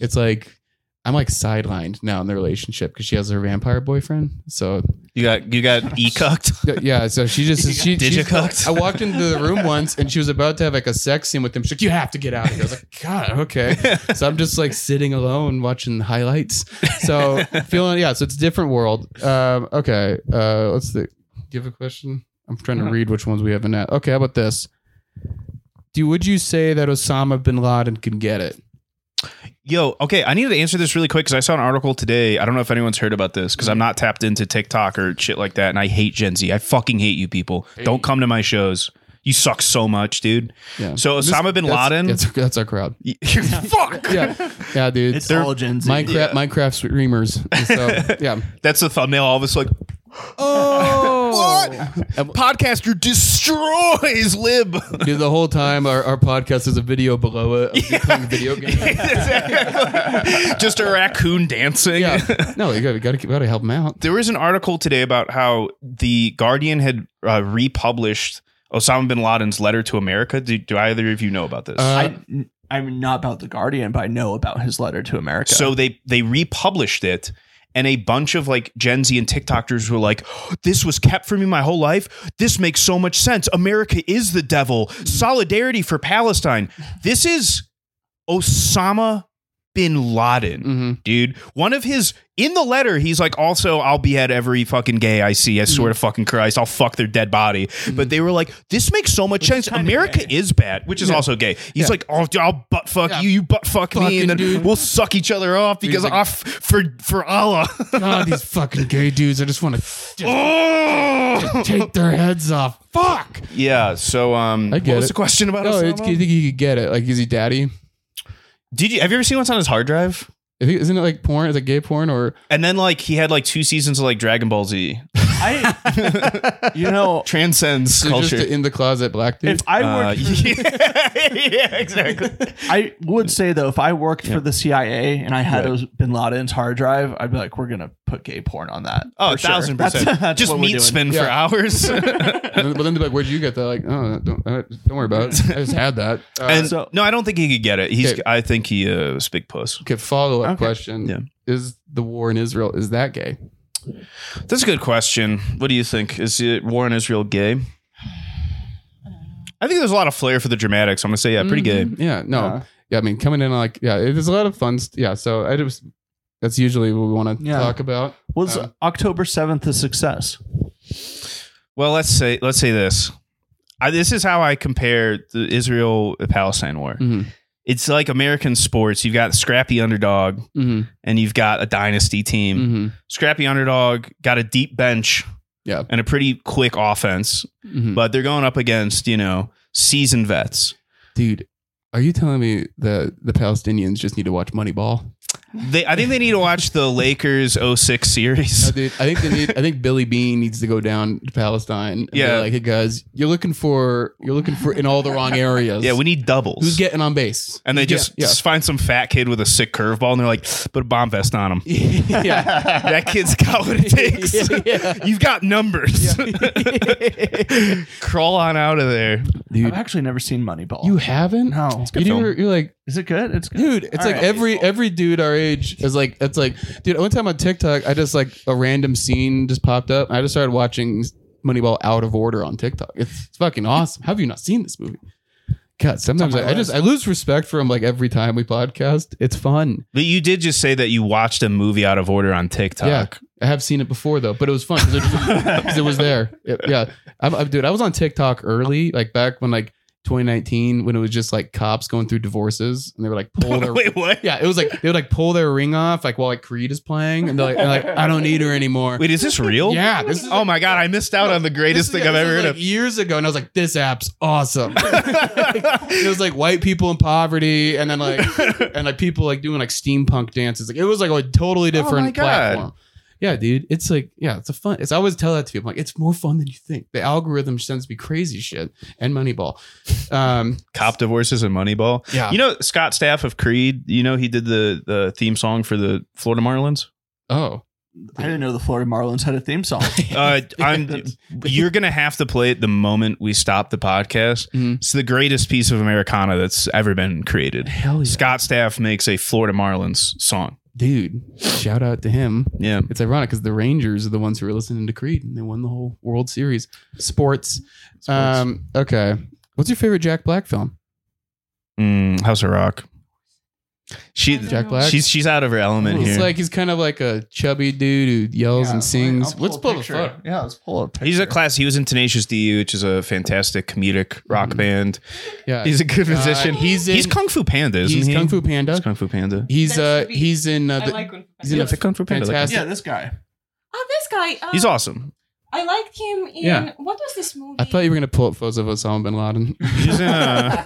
it's like I'm like sidelined now in the relationship because she has her vampire boyfriend. So
You got you got e cucked.
yeah, so she just she
Did you
she's-
cooked?
I walked into the room once, and she was about to have like a sex scene with him. She's like, "You have to get out of here." I was like, "God, okay." so I'm just like sitting alone watching highlights. So feeling yeah, so it's a different world. Um, okay, uh, let's see. Give a question. I'm trying to read which ones we haven't had. Okay, how about this? Do would you say that Osama bin Laden can get it?
Yo, okay, I needed to answer this really quick because I saw an article today. I don't know if anyone's heard about this because I'm not tapped into TikTok or shit like that, and I hate Gen Z. I fucking hate you people. Don't come to my shows. You suck so much, dude.
Yeah.
So
This-
Osama bin
that's-
Laden,
That's, that's our crowd.
y- fuck.
Yeah, yeah, dude.
It's
They're
all Gen Z.
Minecraft, Minecraft streamers. So, yeah.
That's the thumbnail. All of us like, oh, podcaster destroys lib.
Dude, the whole time our, our podcast is a video below it of you playing video games.
Just a raccoon dancing.
Yeah. No, you gotta, gotta, gotta help them out.
there was an article today about how the Guardian had uh, republished Osama bin Laden's letter to America. Do, do either of you know about this?
Uh,
I, I'm not about the Guardian, but I know about his letter to America.
So they they republished it. And a bunch of like Gen Z and TikTokers were like, this was kept from me my whole life. This makes so much sense. America is the devil. Solidarity for Palestine. This is Osama bin Laden
hmm
dude. One of his in the letter, he's like, also, I'll behead every fucking gay I see. I swear
Mm-hmm.
to fucking Christ, I'll fuck their dead body. But they were like, this makes so much sense. America is bad, which is also gay. He's
Yeah.
like, oh, dude, I'll butt fuck
Yeah.
you, you butt fuck me,
Fucking
and then
dude.
we'll suck each other off because
like-
off for for Allah.
God, Oh, these fucking gay dudes. I just want to
Oh!
take their heads off. Fuck.
yeah. So, um,
I
what
get
was
it.
the question about?
No,
Osama?
it's, you think you could get it? Like, is he daddy?
Did you have you ever seen what's on his hard drive?
I think- Isn't it like porn? Is it gay porn or
And then like he had like two seasons of like Dragon Ball Z.
I, you know,
Transcends
is it just a
culture.
in the closet black dude?
if I
Uh,
worked,
yeah, yeah, exactly.
I would say though, if I worked for the CIA and I had a Bin Laden's hard drive, I'd be like, we're gonna put gay porn on that.
Oh,
for
a
sure.
thousand
That's-
percent.
that's
Just
what we're
meat
doing.
spin for
Yeah.
hours.
Uh,
And then- but then they're like, where'd you get that? Like, oh, don't, uh, don't worry about it. I just had that. Uh,
and
so-
no, I don't think he could get it. He's.
Okay.
I think he uh, was a big puss.
okay, follow up
Okay.
question.
Yeah.
Is the war in Israel, is that gay?
That's a good question. What do you think? Is it war in Israel gay? I think there's a lot of flair for the
Mm-hmm.
dramatics. I'm gonna say yeah, pretty gay.
Mhm. Yeah, no.
Uh,
yeah, I mean, coming in like, yeah, it- there's a lot of fun. St- yeah, so I just That's usually what we want to
Yeah.
talk about.
Was
Uh,
October 7th a success?
Well, let's say let's say this. I, this is how I compare the Israel Palestine war.
Mm-hmm.
Mhm.
It's like American sports. You've got scrappy underdog
Mhm.
and you've got a dynasty team.
Mhm.
Scrappy underdog got a deep bench,
Yeah.
and a pretty quick offense.
Mhm.
But they're going up against you know seasoned vets.
Dude, are you telling me that the Palestinians just need to watch Moneyball?
They, I think they need to watch the Lakers 06
No,
series.
dude, I think they need, I think Billy Bean needs to go down to Palestine. And be
Yeah.
like hey guys, you're looking for you're looking for in all the wrong areas.
Yeah, we need doubles.
who's getting on base?
and they
Yeah,
just,
yeah.
just find some fat kid with a sick curveball, and they're like, "Put a bomb vest on him."
yeah.
That kid's got what it takes.
Yeah.
You've got numbers. Crawl on out of there.
I've
Dude,
actually never seen Moneyball.
you haven't?
no.
You
film.
never, you're like,
Is it good? It's good.
dude. It's
All
like
right.
every every dude our age is like. It's like, dude. One time on TikTok, I just like a random scene just popped up. and I just started watching Moneyball out of order on TikTok. It's, it's fucking awesome. How have you not seen this movie? God, sometimes
It's on my
I, I just I lose respect for him. Like every time we podcast, it's fun.
But you did just say that you watched a movie out of order on TikTok.
Yeah, I have seen it before though, but it was fun because it, 'cause it was there. Yeah, yeah. I'm, I'm- dude, I was on TikTok early, like back when like 2019, when it was just like cops going through divorces, and they were like pull their
Wait, what?
yeah, it was like they would like pull their ring off, like while like Creed is playing, and they're like, they're like I don't need her anymore.
Wait, is this real?
Yeah, this is
oh my god, I missed out on the
This
greatest
is-
thing
yeah,
I've
this
ever
was,
heard
like, years ago, and I was like, this app's awesome. it was like white people in poverty, and then like and like people like doing like steampunk dances. Like it was like a totally different
Oh my God.
platform. Yeah, dude, it's like yeah, it's a fun. It's I always tell that to people. Like it's more fun than you think. The algorithm sends me crazy shit and Moneyball. Um,
of. Cop divorces and Moneyball.
yeah,
You know Scott Staff of Creed. You know he did the the theme song for the Florida Marlins.
oh,
I didn't know the Florida Marlins had a theme song.
Uh, I'm. You're gonna have to play it the moment we stop the podcast.
Mhm.
It's the greatest piece of Americana that's ever been created.
hell yeah,
Scott Staff makes a Florida Marlins song.
dude! Shout out to him.
Yeah.
It's ironic because the Rangers are the ones who were listening to Creed and they won the whole World Series. Sports. Um, okay. What's your favorite Jack Black film?
Mm, House of Rock. She
I don't
Jack
know.
Black?
she's she's out of her element
It's
here.
like he's kind of like a chubby dude who yells and sings. Let's pull a photo.
Yeah, let's pull a picture.
He's a class. He was in Tenacious D, which is a fantastic comedic rock
Mhm.
band.
Yeah,
He's a good
God.
musician.
He's in,
He's Kung Fu Panda, isn't
he's
he?
Kung Fu Panda.
He's Kung Fu Panda.
He's
That
uh
should be-
he's in uh,
I
the,
like Kung Fu
he's in
Panda.
a
the Kung Fu Panda. like-
fantastic.
yeah, this guy.
Oh, this guy. Uh,
He's awesome.
I liked him in
Yeah.
what was this movie?
I thought you were gonna pull up photos of Osama bin Laden.
He's in. Uh,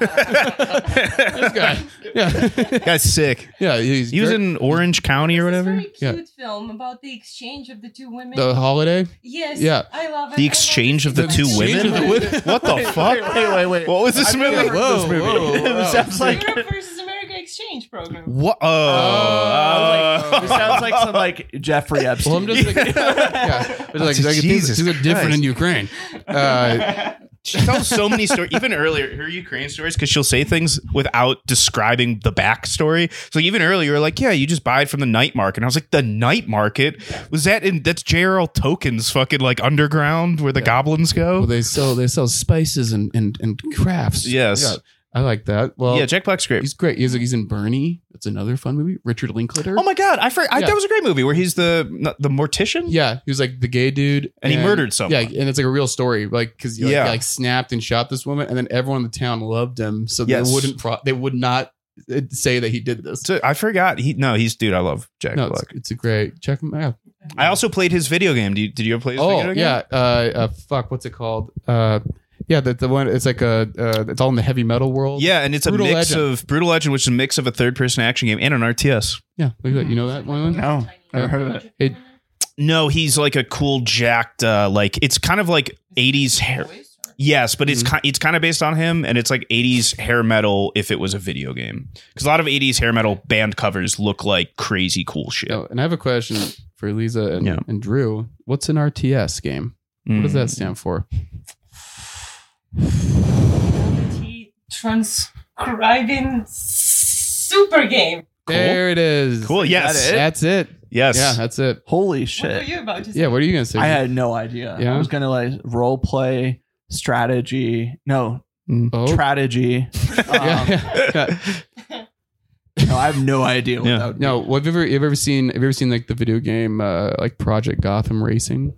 this guy. Yeah,
Guy's sick.
yeah. He's
He was
great.
in Orange County or whatever.
It's a
Yeah.
very cute film about the exchange of the two women.
the holiday.
yes.
yeah.
I love it.
The exchange of the two
Exchange
women.
of the women.
What the fuck?
Wait, wait, wait.
What was this
I've never
movie?
heard of this
Whoa,
movie.
whoa,
it
whoa.
sounds like
Europe versus America exchange program.
What? Oh.
Oh,
Oh.
it sounds like some like Jeffrey Epstein.
Well, I'm just like, yeah. But like,
Jesus
like, things, things are different
Christ.
in Ukraine. Uh,
She tells so many stories, even earlier, her Ukraine stories, because she'll say things without describing the backstory. So even earlier, you're like, yeah, you just buy it from the night market. And I was like, the night market? Was that in, that's J.R.L. Tokens fucking like underground where the goblins go?
well, they sell they sell spices and and, and crafts.
Yes.
Yeah, I like that. Well,
yeah, Jack Black's great.
he's great. He's he's in Bernie. That's another fun movie. Richard Linklater.
Oh my God. I, for, I
Yeah.
That was a great movie where he's the the mortician.
Yeah, he was like the gay dude,
And he murdered someone.
Yeah, and it's like a real story, like because like,
Yeah.
he, like snapped and shot this woman, and then everyone in the town loved him, so
Yes.
they wouldn't pro- they would not uh, say that he did this.
So I forgot. He No, he's, dude, I love Jack
No, it's,
Black.
it's a great check him out.
I also played his video game. Did you, did you ever play his video
Oh
game?
yeah, uh, uh, fuck, what's it called? Uh, yeah, the, the one it's like a uh, it's all in the heavy metal world.
Yeah, and it's a
Brutal
mix
Legend.
of Brutal Legend, which is a mix of a third person action game and an RTS.
yeah, look at that. You know that one?
no, never heard of it.
It-
No, he's like a cool jacked uh like it's kind of like 80s hair. Yes, but it's
Mm-hmm.
ki- it's kind of based on him and it's like 80s hair metal if it was a video game. Cuz a lot of 80s hair metal band covers look like crazy cool shit.
No, and I have a question for Lisa and,
Yeah.
and Drew. What's an RTS game? What
Mm.
does
Hmm.
that stand for?
T- transcribing super game.
Cool.
There it is.
Cool. Yes.
Is that
That's it.
Yes.
Yeah, that's it.
Holy
What were
shit!
you about to say?
Yeah, what are you gonna say?
I had no idea.
Yeah.
I was gonna like role play strategy. No,
oh.
strategy. Um,
yeah, yeah.
No, I have no idea what
Yeah.
that would
No, what have you ever, you ever seen? Have you ever seen like the video game, uh, like Project Gotham Racing?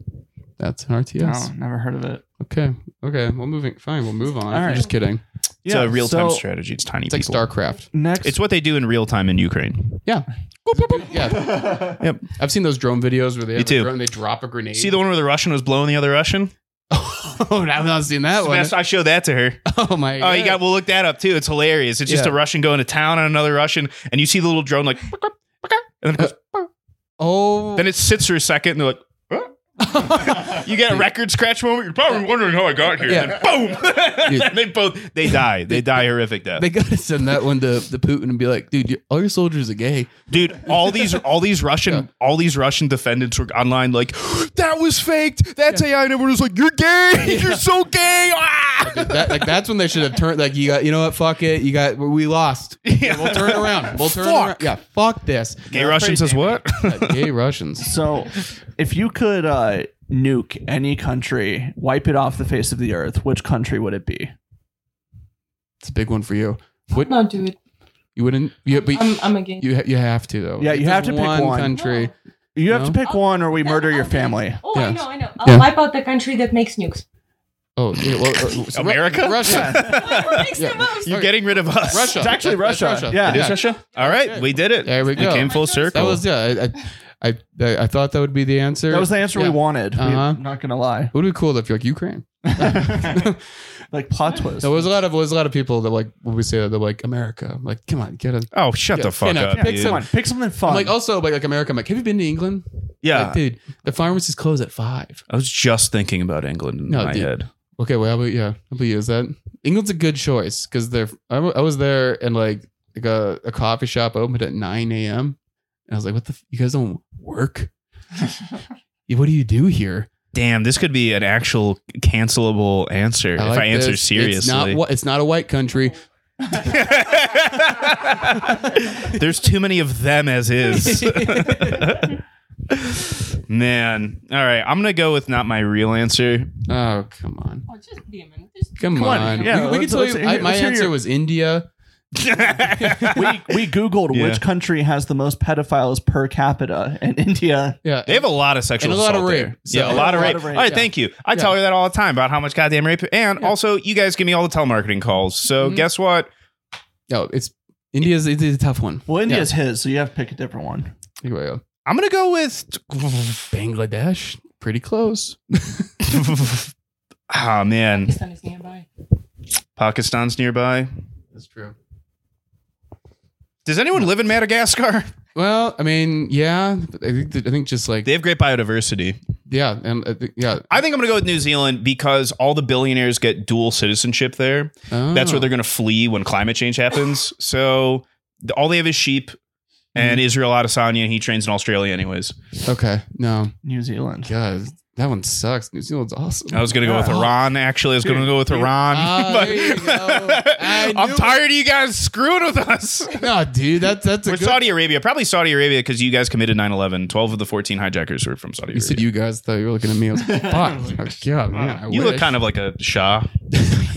That's an
be. No,
RTS.
never heard of it.
Okay, okay. Well, moving. Fine, we'll move on.
All
I'm
right.
just kidding.
It's a real time
so
strategy. It's tiny
It's like
people.
StarCraft.
Next,
It's what they do in real time in Ukraine.
Yeah. Yeah,
Yep.
I've seen those drone videos where they have a
too.
drone and they drop a grenade.
See the one where the Russian was blowing the other Russian?
oh, I've not seen that one.
Smash- I showed that to her.
Oh my!
Oh, you got. We'll look that up too. It's hilarious. It's just
Yeah.
a Russian going to town on another Russian, and you see the little drone like, and then, it goes,
Oh,
then it sits for a second, and they're like, "Huh?" you get a record scratch moment. You're probably wondering how I got here.
Yeah.
And then boom!
Yeah.
and they both they die. They die horrific death.
they gotta send that one to, to Putin and be like, dude, you- all your soldiers are gay.
Dude, all these all these Russian
Yeah.
all these Russian defendants were online like that was faked. That's AI, and everyone was like, "You're gay. You're so gay." Ah!
That, like that's when they should have turned. Like you got, you know what? Fuck it. You got. We lost.
Yeah.
We'll turn around. We'll turn
Fuck.
around. Yeah. Fuck this.
Gay Russian says what?
Yeah, gay Russians.
So, if you could uh, nuke any country, wipe it off the face of the earth, which country would it be?
It's a big one for you. Would
No, do it.
you wouldn't? You, but
I'm, I'm against.
you ha- you have to though.
Yeah, you
There's
have to pick one.
country.
You have
No.
to pick one, or we
Oh, No,
murder your
okay.
family.
Oh, I
Yes.
know, I know. I'll
Yeah.
wipe out the country that makes nukes.
Oh, yeah, well, uh, so Ru-
America?
Russia.
Whoever makes
Yeah.
the most.
You're
Okay.
getting rid of us.
Russia.
It's actually
That's-
Russia.
that's
Yeah.
It is Russia. All right,
Yeah.
we did it.
There we go.
came full circle.
That was yeah. I I, I I thought that would be the answer.
That was the answer
Yeah.
we wanted. We-
Uh-huh.
I'm not gonna lie.
It would be cool if you're like Ukraine.
Like plot twist.
There was a lot of there was a lot of people that like when we say that they're like America. I'm like, come on, get a
oh, shut
Yeah,
the fuck
yeah,
up.
yeah,
dude.
pick someone. Pick something fun.
I'm like also like, like America. I'm like, have you been to England?
Yeah,
Like, dude, the pharmacies close at five.
I was just thinking about England in
No,
my
dude.
head.
Okay, well, how about yeah, how about you? Is that England's a good choice because they're. I, wa- I was there and like like a, a coffee shop opened at nine a.m. and I was like, what the? F- you guys don't work? Yeah, what do you do here?
Damn, this could be an actual cancelable answer if
like
I answer
this. It's not,
seriously.
whi- it's not a white country.
There's too many of them as is. Man, all right, I'm gonna go with not my real answer.
Oh come on,
Oh, just be a minute. Just-
come,
Come on,
on.
yeah,
we, we can
let's-
tell
let's
you.
hear-
I, my
let's hear
answer
your-
was India.
they
we, we googled
Yeah.
which country has the most pedophiles per capita, and India.
Yeah,
have a lot of sexual
And a lot of
assault there.
rape. So-
yeah, a lot of rape. All right,
Yeah.
thank you. I
Yeah.
tell her that all the time about how much goddamn rape. And
Yeah.
also, you guys give me all the telemarketing calls. So
Mhm.
guess what?
No, it's India's. It's a tough one.
Well, India's his, so you have to pick a different one.
Here we go.
I'm gonna go with.
Bangladesh, pretty close.
Ah man,
Pakistan is nearby.
Pakistan's nearby.
That's true.
Does anyone live in Madagascar?
Well, I mean, yeah, but I think, I think just like
They have great biodiversity.
yeah, and I think, yeah,
I think I'm gonna go with New Zealand because all the billionaires get dual citizenship there. That's where they're gonna flee when climate change happens. So th- all they have is sheep. And Israel Adesanya, he trains in Australia, anyways.
they're Oh, okay. No,
New Zealand.
God, that one sucks. New Zealand's awesome.
I was gonna go
Uh-huh.
with
Yeah.
Iran. Actually, I was gonna go with Iran.
Ah,
but-
there you go. I knew
I'm
it.
tired of you guys screwing with us.
no, dude, that's that's a
We're
good.
Saudi Arabia, probably Saudi Arabia, because you guys committed 9/11. Twelve of the fourteen hijackers were from
you
Saudi Arabia.
said you guys thought you were looking at me. I was like, fuck, oh, God, man, I
You look
wish.
kind of like a Shah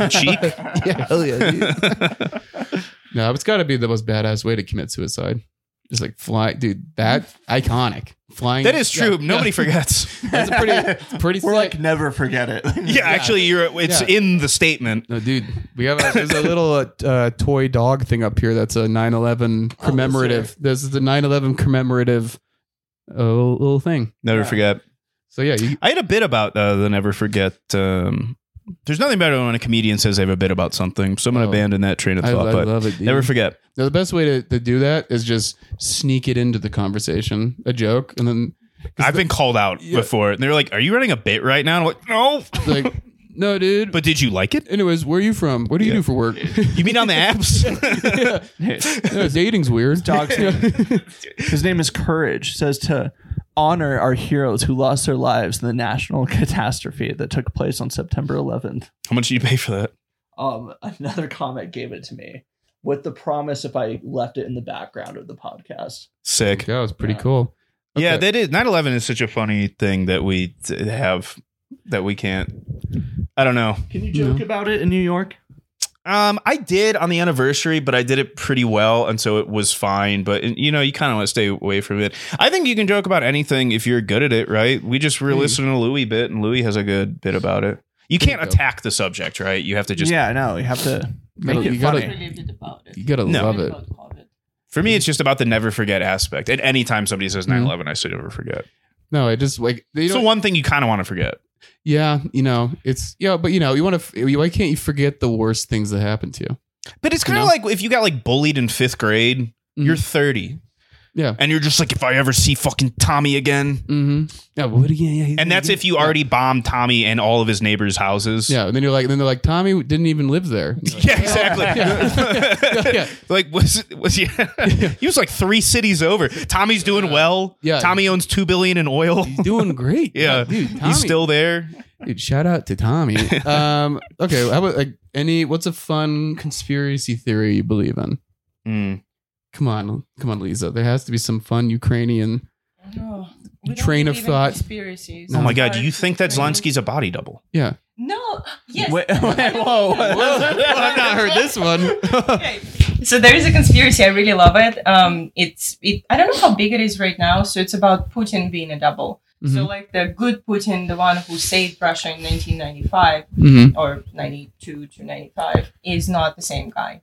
cheek.
yeah, hell yeah. Dude. no, it's got to be the most badass way to commit suicide. Just like fly, dude. That iconic flying.
That is true.
Yeah,
Nobody
yeah.
forgets.
That's a pretty, it's pretty.
We're
sick.
like never forget it.
yeah, actually, you're. It's
Yeah.
in the statement.
No, dude, we have a, there's a little uh, uh, toy dog thing up here that's a 9/11 commemorative. this is the 9/11 commemorative uh, little, little thing.
Never
Yeah.
forget.
So yeah, you,
I had a bit about uh, the never forget. Um, there's nothing better than when a comedian says they have a bit about something. So I'm going to
Oh.
abandon that train of
I,
thought.
I
but
love it. Dude.
never forget.
Now, the best way to, to do that is just sneak it into the conversation, a joke, and then
I've been called out
Yeah.
before, and they're like, "Are you running a bit right now?" And I'm like, "No."
like, no, dude.
But did you like it?
anyways, where are you from? What do you
Yeah.
do for work?
You mean on the apps?
yeah, No, dating's weird.
Dog's name. His name is Courage. Says to honor our heroes who lost their lives in the national catastrophe that took place on September 11th.
How much do you pay for that?
Um, another comic gave it to me with the promise if I left it in the background of the podcast.
Sick.
That was pretty cool.
Yeah,
Okay.
that is 9/11 is such a funny thing that we t- have that we can't. I don't know.
Can you
joke
joke about it in New York?
Um, I did on the anniversary, but I did it pretty well, and so it was fine. But you know, you kind of want to stay away from it. I think you can joke about anything if you're good at it, right? We just were
Hmm.
listening to Louis bit, and Louis has a good bit about it. You
There you
can't
go.
attack the subject, right? You have to just.
yeah, I know. You have to make
Gotta-
it
you gotta-
funny.
relieved about it.
You gotta
No.
love it.
For me, it's just about the never forget aspect. At any time somebody says
Hmm.
9-11, I say never forget.
No, I just like you
It's the
know,
one thing you kind of want to forget.
yeah, you know, it's yeah, but you know, you want to. Why can't you forget the worst things that happened to you?
But it's
You
kind
know?
of
Hmm.
like if you got like bullied in fifth grade, you're 30.
Yeah.
And you're just like, if I ever see fucking Tommy again.
Mm-hmm. Yeah, what again? Yeah, he's-
And that's if you
yeah.
already bombed Tommy and all of his neighbors' houses.
Yeah, and then you're like, then they're like, Tommy didn't even live there.
Yeah, exactly.
Yeah. Yeah.
Like was it was he, he was like three cities over. Tommy's doing well.
Yeah.
Tommy owns two billion in oil.
He's doing great.
Yeah.
dude, Tommy-
He's still there.
Dude, shout out to Tommy. um, okay, how about like any? What's a fun conspiracy theory you believe in?
Mm.
Come on, come on, Lisa. There has to be some fun Ukrainian. Train of thought.
Oh, Conspiracies.
No.
Oh my
I'm
god, do
sorry
you
for
think that
Ukraine.
Zelensky's a body double?
Yeah,
No. Yes.
Wait- wait, whoa, what?
I've not heard this one.
Okay. So there is a conspiracy. I really love it. Um, it's it. I don't know how big it is right now. So it's about Putin being a double. So
Mhm.
like the good Putin, the one who saved Russia in 1995
Mm-hmm,
Mhm.
or 92 to 95, is not the same guy.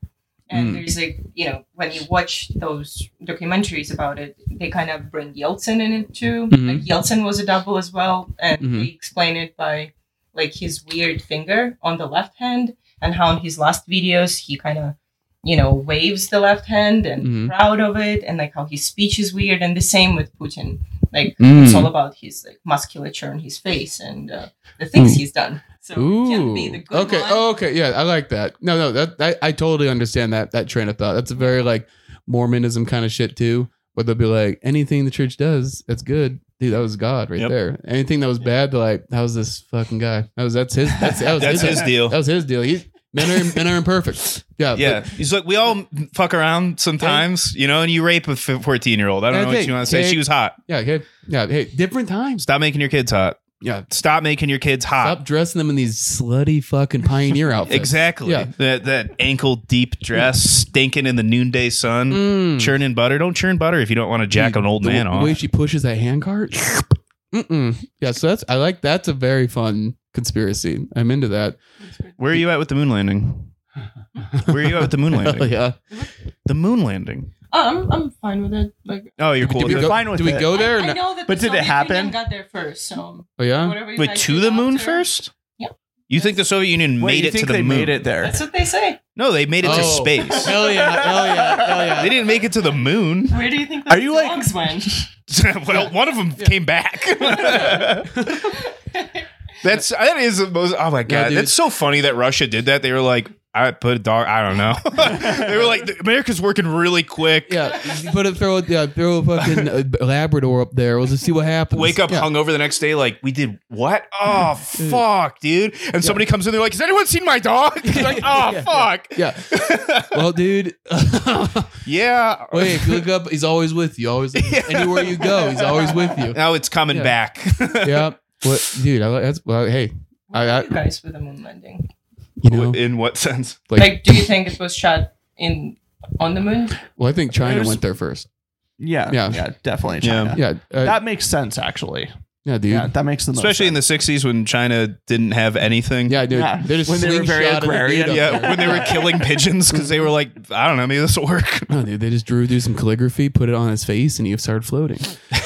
And
Mm.
there's a you know when you watch those documentaries about it, they kind of bring Yeltsin in it too.
mm-hmm.
Mhm.
Like Yeltsin was a double as well, and
Mhm.
they explain it by like his weird finger on the left hand and how in his last videos he kind of you know waves the left hand and
Mhm.
proud of it and like how his speech is weird and the same with putin like it's
Mm.
all about his like musculature and his face and uh, the things
Mm.
he's done so he can't be the good
okay.
one.
Oh, okay. Yeah, I like that. No, no, that I, I totally understand that that train of thought. That's a very like Mormonism kind of shit too. Where they'll be like, anything the church does, that's good. Dude, that was God right
Yep.
there. Anything that was bad, they're like, that was this fucking guy. That was that's his. That's that was
That's his deal.
That was his deal. He's men are men are imperfect. Yeah. but
Yeah, he's like we all fuck around sometimes, you know, and you rape a fourteen-year-old. I don't
And
know
I
what
think-
you want to say.
hey-
She was hot.
Yeah. Okay. Yeah. Hey, different times.
Stop making your kids hot.
Yeah.
Stop making your kids hot.
Stop dressing them in these slutty fucking pioneer outfits.
Exactly.
Yeah.
That that ankle deep dress, stinking in the noonday sun,
Mm.
churning butter. Don't churn butter if you don't want to jack
Dude,
an old
the
man
w-
off.
The way she pushes that handcart. Mm-mm. Yeah, so that's I like that's a very fun conspiracy. I'm into that.
Where are you at with the moon landing? Where are you at with the moon landing?
Hell yeah.
The moon landing.
Oh, I'm, I'm fine with it like
Oh, you're cool.
do we
with
go,
it.
fine with
do we
it.
go Oh, there? Or
I, I
not?
know that
But
the
did it
Soviet
happen?
Union got there first so
Oh yeah.
whatever you
Wait,
guys
to
did
the moon
after-
first?
Yep.
You think the Soviet Union
Wait,
made
you
it to
think
the
they
moon?
made it there?
that's what they say
No, they made it to
Oh.
space.
Hell yeah. Hell yeah. Hell yeah.
they didn't make it to the moon.
where do you think the
Are you, like-
dogs went
well, one of them came back. that's that is the most. Oh my god,
dude.
that's so funny that Russia did that. They were like, I put a dog. I don't know. they were like, America's working really quick.
Yeah, you put a throw, yeah, throw a fucking uh, Labrador up there. We'll just see what happens.
Wake up
yeah.
hungover the next day, like we did what? Oh fuck, dude! And somebody comes in, they're like, "Has anyone seen my dog?" He's like, "Oh
Yeah.
fuck,
Yeah. Well, dude.
yeah."
Wait, if you look up, he's always with you. Always anywhere you go, he's always with you.
Now it's coming
Yeah.
back.
Yeah. What, dude? I, like- that's well. Hey, I,
Where
I
were you guys with the moon landing
you know,
In what sense?
like,
Like, do you think it was shot in on the moon?
well, I think China
There's-
went there first.
Yeah,
Yeah.
yeah, definitely
Yeah.
China.
Yeah, uh,
That makes sense, actually.
yeah, dude.
Yeah,
Yeah,
that makes the most
Especially in
sense.
the '60s when China didn't have anything.
dude.
Yeah.
They're just
When they were very
slingshotting
agrarian.
the meat up
yeah.
there.
When they were killing pigeons because they were like, I don't know, maybe this will work.
No, dude, they just drew through some calligraphy, put it on his face, and he started floating.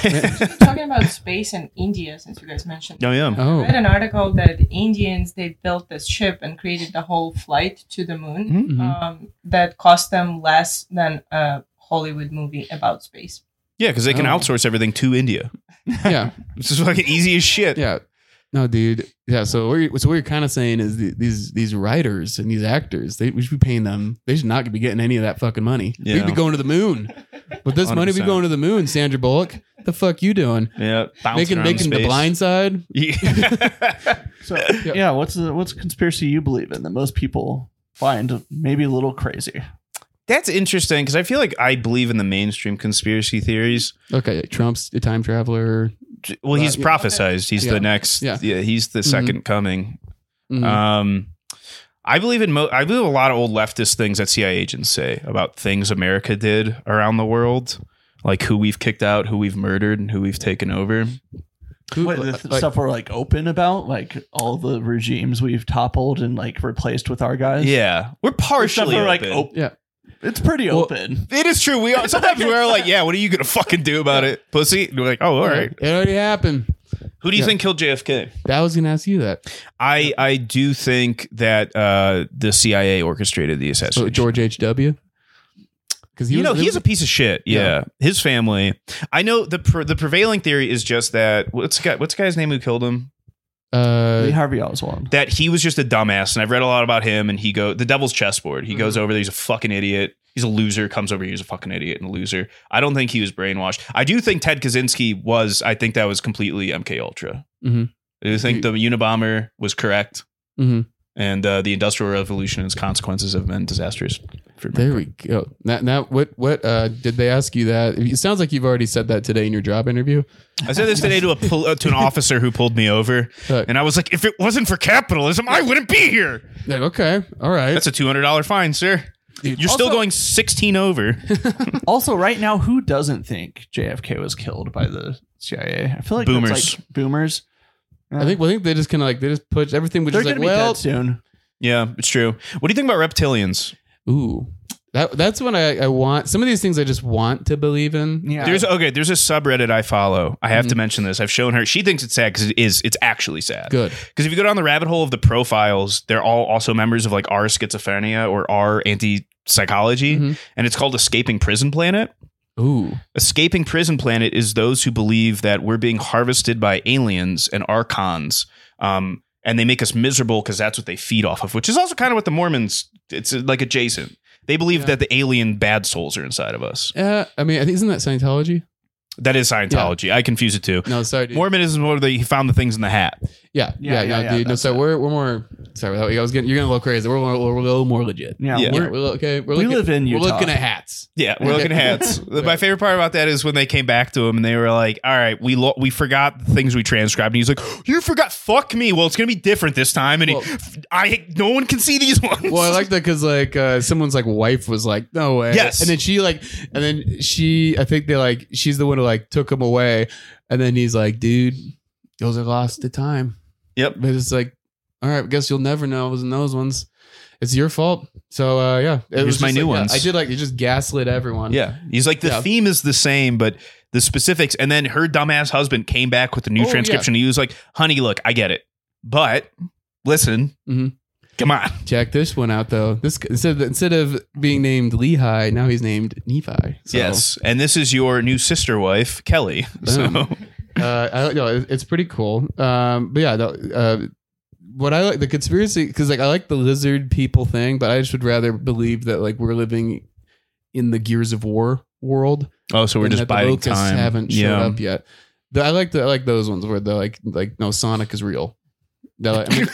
Talking about space and India, since you guys mentioned.
Oh yeah.
I
Oh,
read an article that the Indians they built this ship and created the whole flight to the moon
Mhm.
um, that cost them less than a Hollywood movie about space.
Yeah, because they can
Oh.
outsource everything to India.
yeah,
This is fucking easy as shit.
yeah. No, dude. Yeah. So, what you're, so what you're kind of saying is the, these these writers and these actors, they we should be paying them. They should not be getting any of that fucking money.
Yeah.
We'd be going to the moon. With this money, we'd be
100%.
going to the moon. Sandra Bullock, the fuck you doing?
Yeah.
Making
Bouncing around
making the
space.
blind side.
Yeah.
So yeah, what's the what's a conspiracy you believe in that most people find maybe a little crazy?
That's interesting because I feel like I believe in the mainstream conspiracy theories.
Okay, Trump's a time traveler.
J- Well, he's
Uh, yeah.
prophesized. He's
Yeah.
the next.
Yeah.
Mm. Mm-hmm. Yeah. He's the 2nd coming.
Mhm.
Um, I believe in mo- I believe a lot of old leftist things that CIA agents say about things America did around the world, like who we've kicked out, who we've murdered, and who we've taken over.
Who-
What, the th-
like-
stuff we're like open about, like all the regimes we've toppled and like replaced with our guys.
Yeah, we're
The stuff
partially
we're, like
open.
op-
Yeah.
It's pretty
Well,
open.
oh. It is true. We are, sometimes we're like, yeah, what are you gonna fucking do about it, pussy? And we're like, oh, all right.
It already happened.
Who do you
Yeah.
think killed JFK?
That was gonna ask you that.
I I do think that uh, the CIA orchestrated the
So
assassination.
Oh, George H. W. Because
you know he's a piece of shit. Yeah.
Yeah.
his family. I know the pre- the prevailing theory is just that what's the guy, what's the guy's name who killed him?
Lee
uh,
Harvey Oswald.
That he was just a dumbass, and I've read a lot about him. And he go the Devil's Chessboard. He
Mhm.
goes over there. He's a fucking idiot. He's a loser. Comes over here. He's a fucking idiot and a loser. I don't think he was brainwashed. I do think Ted Kaczynski was. I think that was completely MK Ultra.
Mhm.
I do think the Unabomber was correct,
mhm.
and uh, the Industrial Revolution and its consequences have been disastrous. For America.
There we go. Now, now what? What uh, did they ask you that? It sounds like you've already said that today in your job interview.
I said this today to a pol- uh, to an officer who pulled me over,
Uh,
and I was like, "If it wasn't for capitalism, I wouldn't be here."
like, okay, all right.
That's a two hundred dollar fine, sir. You're still
Also-
going sixteen over.
Also, right now, who doesn't think JFK was killed by the CIA? I feel like
Boomers.
That's like boomers.
I think. Well, I think they just kind of like they just put everything. Which
they're
is
gonna
like,
be
well,
dead soon.
yeah, it's true. What do you think about reptilians?
ooh, that that's when I, I want some of these things I just want to believe in.
Yeah.
There's okay. There's a subreddit I follow. I have to
Mhm.
mention this. I've shown her. She thinks it's sad because it is. It's actually sad.
Good.
Because if you go down the rabbit hole of the profiles, they're all also members of like R schizophrenia or R anti psychology,
Mhm.
and it's called Escaping Prison Planet.
Ooh,
Escaping Prison Planet is those who believe that we're being harvested by aliens and archons, um, and they make us miserable because that's what they feed off of, which is also kind of what the Mormons. It's uh, like adjacent. They believe
Yeah.
that the alien bad souls are inside of us.
uh, I mean, I think isn't that Scientology?
That is Scientology. I confuse it too.
No, sorry, dude.
Mormonism is where they found the things in the hat.
Yeah,
Yeah,
yeah, yeah,
yeah, yeah,
dude. No,
that's
sorry, we're, we're more. Sorry, I was getting. You're getting a little crazy. We're, more, we're a little more legit.
yeah.
Yeah.
we're-
We're, we're okay. We're
We
looking,
live in
We're
Utah.
looking at hats.
Yeah, we're looking at hats. My favorite part about that is when they came back to him and they were like, "All right, we lo- we forgot the things we transcribed." And he's like, "You forgot? Fuck me. Well, it's gonna be different this time." And he,
Well-
I no one can see these ones.
Well, I like that because like uh, someone's like wife was like, no way.
Yes.
And then she like, and then she, I think they like, she's the one who like took him away, and then he's like, dude, those are lost to time.
Yep.
But it's like, all right, I guess you'll never know. It was in those ones. It's your fault. So uh, yeah, it
Here's
was
my
just,
new
like, yeah,
ones.
I did like you just gaslit everyone.
Yeah. He's like, the
Yeah.
theme is the same, but the specifics. And then her dumbass husband came back with the new
Oh,
transcription. He was like, honey, look, I get it. But listen,
Mhm.
come on.
Check this one out though. This instead of, instead of being named Lehi, now he's named Nephi. So,
Yes. And this is your new sister wife, Kelly. So
Boom. uh, I don't know. It- It's pretty cool. Um, but yeah, no, uh, what I like the conspiracy because like I like the lizard people thing, but I just would rather believe that like we're living in the Gears of War world.
Oh, so we're
and
just
that the
biding
locusts
time.
Haven't showed
yeah.
up yet. The, I like the I like those ones where the like like no Sonic is real. They're like- I mean-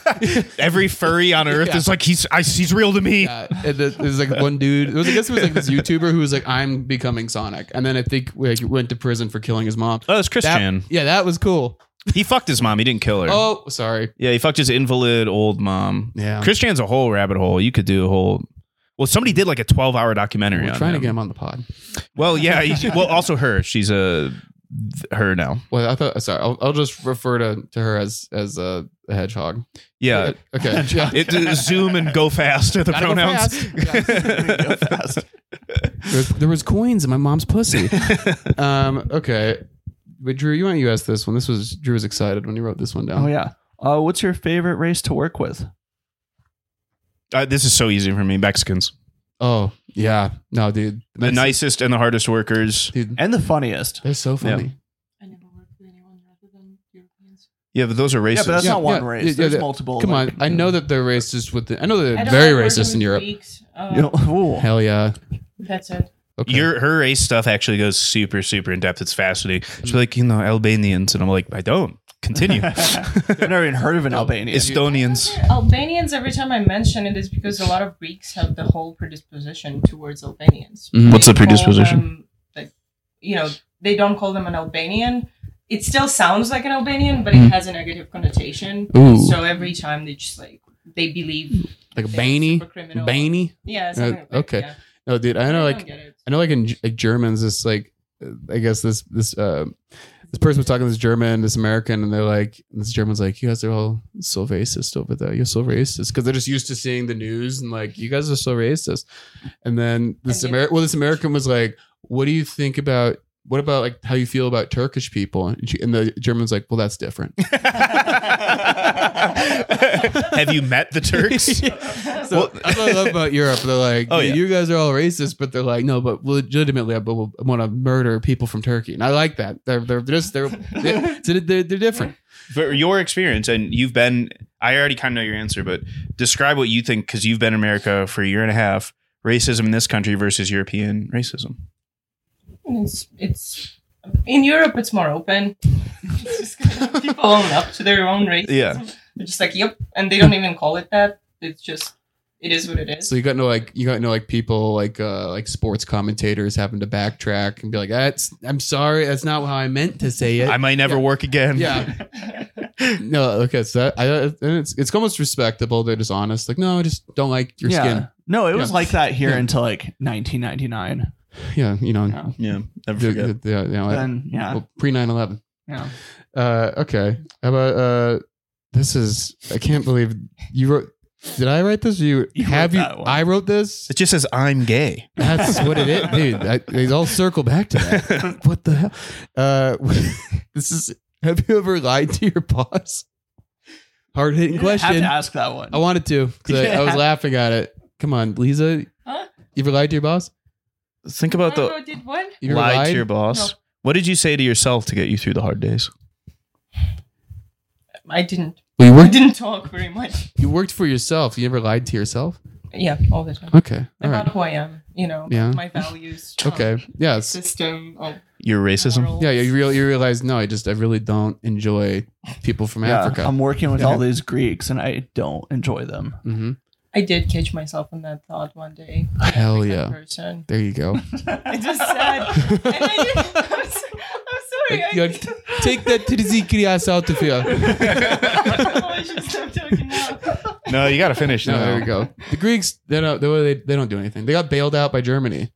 Every furry on earth
Yeah.
is like he's I, he's real to me.
Yeah, and the- there's like one dude. It was I guess it was like this YouTuber who was like, "I'm becoming Sonic," and then I think like went to prison for killing his mom.
Oh, it's
That-
Christian.
yeah, that was cool.
He fucked his mom. He didn't kill her.
Oh, sorry.
Yeah, he fucked his invalid old mom.
Yeah,
Christian's a whole rabbit hole. You could do a whole. Well, somebody did like a twelve-hour documentary
we're
on
trying to
him.
get him on the pod.
Well, yeah. you should- well, also her. She's a her now.
Well, I thought uh, sorry. I'll, I'll just refer to, to her as as a, a hedgehog. Uh,
Yeah.
Okay. Yeah.
It, uh, zoom and go fast are the
Gotta go
pronouns.
Go fast.
There was, there was coins in my mom's pussy. um. Okay. But Drew, you want you ask this one? This was Drew was excited when he wrote this one down.
Oh yeah. Uh, what's your favorite race to work with?
Uh, this is so easy for me. Mexicans,
Oh yeah. No, dude.
the
That's-
nicest and the hardest workers.
Dude,
And the funniest.
they're so funny.
I never worked with anyone other than Europeans.
Yeah, but those are
Yeah,
racist.
but that's
Yeah,
not one
yeah,
race.
yeah,
There's
yeah.
multiple.
Come
like-
on. I know that they're racist with the. I know they're very racist in Europe.
You know, ooh.
Hell yeah.
uh, that's it.
Okay.
Your her race stuff actually goes super super in depth. It's fascinating.
Mm.
She's like, you know, Albanians, and I'm like, I don't. Continue.
I've never even heard of an Albanian.
Estonians.
Albanians, every time I mention it, is because a lot of Greeks have the whole predisposition towards Albanians.
Mhm.
What's
They
the
call
predisposition?
them, like, you know, they don't call them an Albanian. It still sounds like an Albanian, but
Mm.
it has a negative connotation.
Ooh.
So every time they just like they believe
like a
they're
Bainey,
super criminal.
Bainey.
Yeah.
Uh,
something like that,
okay.
yeah.
No, dude, I know
don't
like
get it.
I know, like in G- like Germans, this like uh, I guess this this uh, this person was talking to this German, this American, and they're like, and this German's like, you guys are all so racist over there. You're so racist because they're just used to seeing the news and like, you guys are so racist. And then this
And they-
American, well, this American was like, what do you think about? What about like how you feel about Turkish people? And, she, and the German's like, well, that's different.
Have you met the Turks?
So
Well-
that's what I love about Europe. They're like,
Oh,
oh,
yeah.
you guys are all racist, but they're like, no, but legitimately, I want to murder people from Turkey, and I like that. They're they're just they're they're, they're, they're different.
But your experience, and you've been, I already kind of know your answer, but describe what you think because you've been in America for a year and a half. Racism in this country versus European racism.
It's, it's in Europe. It's more open. It's just kind of people own up to their own race.
Yeah.
They're just like, yep, and they don't even call it that. It's just, it is what it is.
So you got no like you got no like people like uh like sports commentators having to backtrack and be like, that's I'm sorry, that's not how I meant to say it.
I might never
Yeah.
work again.
yeah. No, okay, so that, I, and it's it's almost respectable. They're just honest. Like, no, I just don't like your skin.
No, it was
Yeah.
like that here
Yeah.
until like 1999.
Yeah, you know.
Yeah.
Yeah. Never
the-
forget.
the- the- you know,
Then yeah,
well, pre 9-11.
yeah.
Uh, okay. How about uh, this is I can't believe you wrote. Did I write this? You,
You wrote
have you?
that one.
I wrote this.
It just says I'm gay.
That's what it is, dude. I, they all circle back to that. what the hell? Uh, this is. Have you ever lied to your boss? Hard hitting
You didn't have
question.
to ask that one.
I wanted to because I, I was
Yeah.
laughing at it. Come on, Lisa.
Huh?
You ever lied to your boss?
Think about
I don't
the
know, I did what?
You ever
lied, to
lied?
your boss. What did you say to yourself to get you through the hard days?
I didn't.
Well, you
I
worked.
didn't talk very much.
You worked for yourself. You never lied to yourself.
Yeah, all the time.
Okay. All
About
right.
who I am, you know,
Yeah.
my values. um,
Okay. Yes.
System of
Your racism.
morals.
Yeah, you real you realize no, I just I really don't enjoy people from
Yeah, Um,
Africa.
I'm working with
Yeah.
all these Greeks and I don't enjoy them.
Mhm.
I did catch myself in that thought one day.
Hell
Like that
yeah,
Person.
there you go.
It was sad. and I did, I'm, so, I'm sorry.
Like,
I,
you're-
did-
Take that Tizikiri out of here.
I should stop talking now.
No, you got to finish.
No,
now.
there you go. The Greeks, they don't they, they don't do anything. They got bailed out by Germany.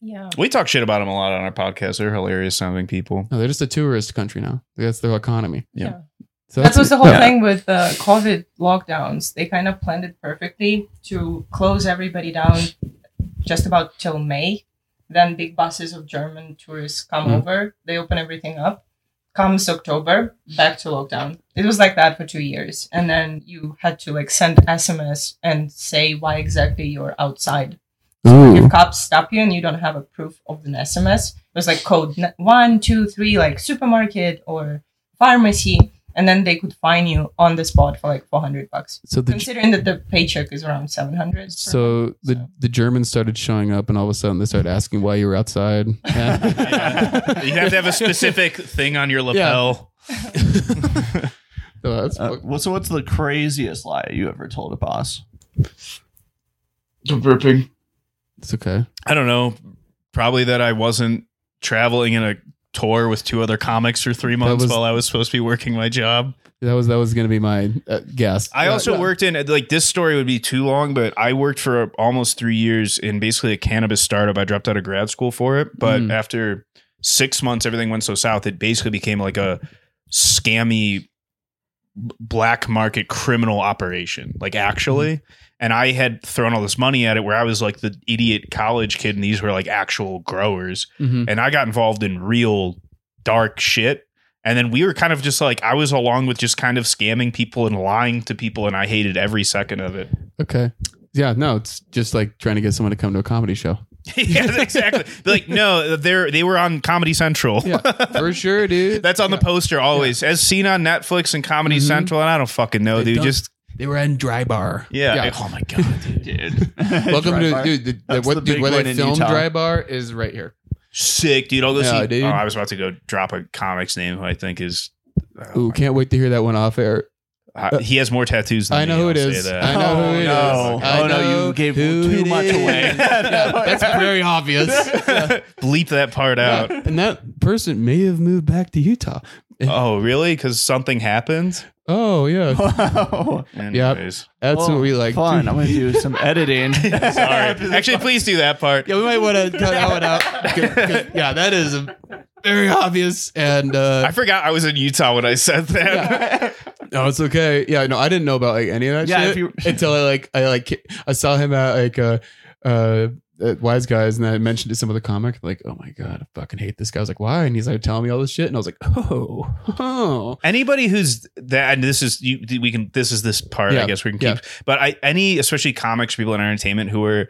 Yeah.
We talk shit about them a lot on our podcast. They're hilarious sounding people.
No, they're just a tourist country now. That's their economy.
Yeah.
So
That was the whole
Yeah.
thing with uh, COVID lockdowns. They kind of planned it perfectly to close everybody down just about till May. Then big buses of German tourists come
Mm.
over. They open everything up. Comes October, back to lockdown. It was like that for two years, and then you had to like send SMS and say why exactly you're outside. Your
Ooh.
cops stop you, and you don't have a proof of an SMS. It was like code n- one, two, three, like supermarket or pharmacy, and then they could fine you on the spot for like four hundred bucks.
So the
Considering that the paycheck is around seven hundred.
so the the Germans started showing up, and all of a sudden they started asking why you were outside. Yeah.
You have to have a specific thing on your lapel.
Oh, that's
Uh, well, so what's the craziest lie you ever told a boss?
it's okay.
I don't know. Probably that I wasn't traveling in a tour with two other comics for three months
was-
while I was supposed to be working my job.
That was that was gonna be my uh, guess.
I
Yeah.
also worked in like this story would be too long, but I worked for almost three years in basically a cannabis startup. I dropped out of grad school for it, but
Mm.
after six months, everything went so south. It basically became like a scammy b- black market criminal operation, like actually.
Mm-hmm.
And I had thrown all this money at it, where I was like the idiot college kid, and these were like actual growers
Mhm.
and I got involved in real dark shit. And then we were kind of just like I was along with just kind of scamming people and lying to people, and I hated every second of it.
Okay. Yeah, no, it's just like trying to get someone to come to a comedy show.
yeah, exactly. Be like, no, they're they were on Comedy Central.
Yeah. For sure, dude.
That's on the poster always, as seen on Netflix and Comedy
Mhm.
Central. And I don't fucking know,
They
dude.
don't-
Just
They were in Dry Bar.
yeah.
Yeah.
I- oh my god, dude.
Dude,
Welcome to dude. The, the-
That's
what,
the
dude
big
where
one
they
in
filmed
Utah.
Dry Bar is right here.
sick, dude. I'll go
Yeah,
see.
dude.
Oh, I was about to go drop a comic's name who I think is. oh,
Ooh, can't wait to hear that one off air.
I- he has more tattoos. than
I know
me,
who it
I'll say
is.
that.
I know who it is.
Oh, no.
I
Oh, no, you
know
gave
who
too
it
much
is.
away.
Yeah, that's very obvious.
Bleep that part out.
And that person may have moved back to Utah.
Oh, really? Because something happens?
Oh yeah,
Wow.
Anyways.
that's what we like.
Fun. I'm gonna do some editing.
Sorry. Actually, please do that part.
Yeah, we might want to cut that one out. 'Cause- 'cause- yeah, that is very obvious. And uh,
I forgot I was in Utah when I said that.
no, Oh, it's okay. Yeah, no, I didn't know about like any of that
Yeah,
shit
if you-
until I like I like I saw him at like uh uh. At Wise guys, and then I mentioned to some of the comic, like, oh my god, I fucking hate this guy. I was like, why? And he's like telling me all this shit, and I was like, oh, oh,
Anybody who's that, and this is you, we can. This is this part. I
Yeah.
guess we can
Yeah.
keep. But I, any, especially comics, people in entertainment who are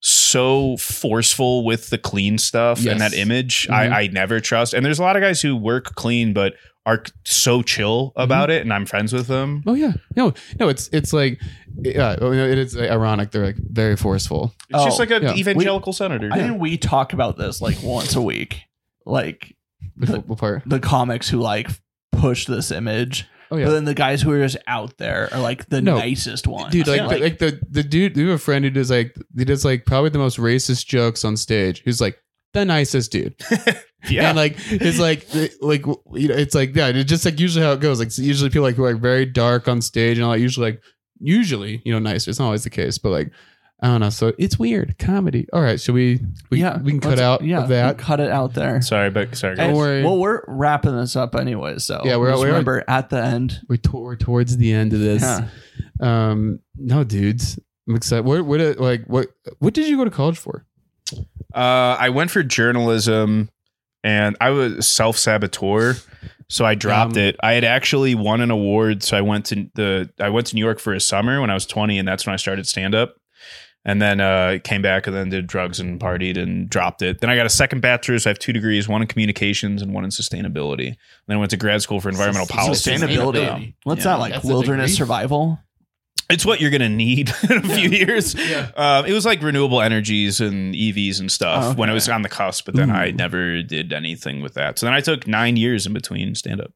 so forceful with the clean stuff
Yes.
and that image,
Mhm.
I, I never trust. And there's a lot of guys who work clean, but are so chill
Mm-hmm.
about it, and I'm friends with them.
oh yeah, no, no, it's it's like, yeah, I mean, it is ironic. They're like very forceful.
It's just
Oh,
like an
yeah.
evangelical senator.
I think we talk about this like once a week. Like
Which what part?
the comics who like push this image.
Oh yeah,
But then the guys who are just out there are like the
No.
nicest ones.
dude like,
Yeah.
the, like the the dude we have a friend who does like he does like probably the most racist jokes on stage who's like the nicest dude
yeah.
and like it's like the- like w- you know it's like yeah it's just like usually how it goes like so usually people like who are like very dark on stage and all that usually like usually you know nice it's not always the case but like i don't know so it's weird comedy all right should we we,
Yeah,
we can cut
let's-
out
yeah,
of that
Cut it out there.
sorry, but sorry.
don't
Guys.
And-
worry.
Well, we're wrapping this up anyway, so
Yeah, we're-
just
we're-
remember at the end.
we're, to- we're towards the end of this
Yeah.
um no dudes i'm excited what what uh, like what what did you go to college for
Uh, I went for journalism, and I was self saboteur, so I dropped
Um,
it. I had actually won an award, so I went to the I went to New York for a summer when I was twenty, and that's when I started stand up. And then uh, came back and then did drugs and partied and dropped it. Then I got a second bachelor's. I have two degrees, one in communications and one in sustainability. Then I went to grad school for environmental policy.
Sustainability.
Yeah.
What's
Yeah.
that like?
That's a
Wilderness
degree.
survival.
It's what you're going to need in a few years.
yeah
Um, it was like renewable energies and EVs and stuff
Oh, okay.
when it was on the cusp, but then I
Ooh.
never did anything with that. So then I took nine years in between stand up.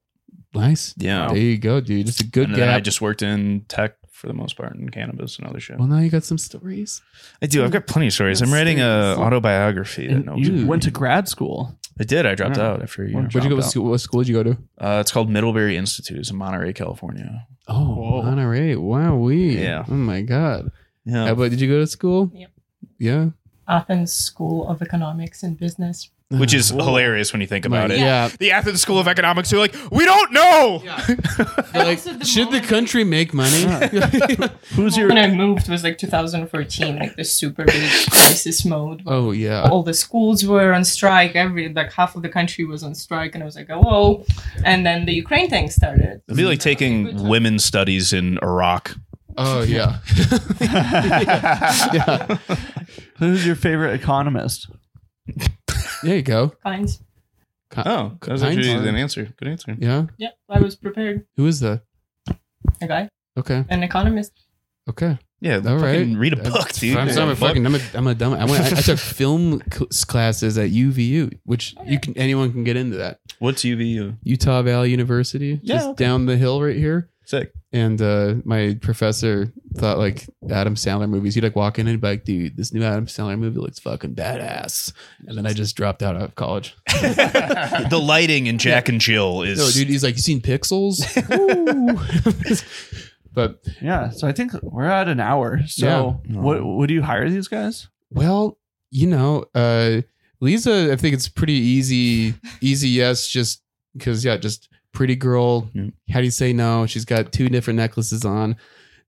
nice
Yeah.
There you go, dude. It's a good
and
gap.
then I just worked in tech for the most part and cannabis and other shit.
well, now you got some stories.
I do. I've got plenty of stories. I'm writing a autobiography. That
And
no
you
Ooh.
went to grad school.
I did. I dropped
Yeah.
out after a year.
Where'd you go?
Dropped
What
out.
school, what school did you go to?
Uh, it's called Middlebury Institute. It's in Monterey, California.
Oh,
Whoa.
Monterey. Wow, we.
Yeah.
Oh my God.
Yeah.
How about did you go to school?
Yep.
Yeah.
Athens School of Economics and Business.
Which is hilarious when you think about
My-
it.
Yeah.
The Athens School of Economics, who are like, we don't know.
They're like,
Also the
should the
moment-
country make money?
Who's your
When I moved was like 2014, like the super big crisis mode.
oh yeah.
All the schools were on strike. Every like half of the country was on strike, and I was like, oh, whoa. And then the Ukraine thing started.
It'd be like taking women's studies in Iraq.
Oh yeah. yeah.
Who's your favorite economist?
There you go.
Kinds.
Con-
Oh, that was
Kind
actually
word.
an answer. Good answer.
Yeah.
Yeah, I was prepared.
Who is that?
A guy,
Okay.
an economist.
Okay.
Yeah,
All
fucking
right.
read a
That's-
book, dude.
I'm sorry,
Yeah,
I'm a fucking. I'm a, I'm a dumb. I, went, I, I took film c- classes at UVU, which
Okay.
you can anyone can get into that.
What's UVU?
Utah Valley University,
Yeah,
just
okay.
down the hill right here.
Sick.
And uh, my professor thought like Adam Sandler movies. He'd like walk in and be like, "Dude, this new Adam Sandler movie looks fucking badass." And then I just dropped out of college.
the lighting in Jack and Jill is.
No, dude, he's like, "You seen Pixels?" Ooh. but
Yeah, so I think we're at an hour. So,
Yeah.
what would you hire these guys?
well, you know, uh, Lisa, I think it's pretty easy, easy yes, just because yeah, just pretty girl.
Yeah.
Mm.
How do you say no? She's got two different necklaces on.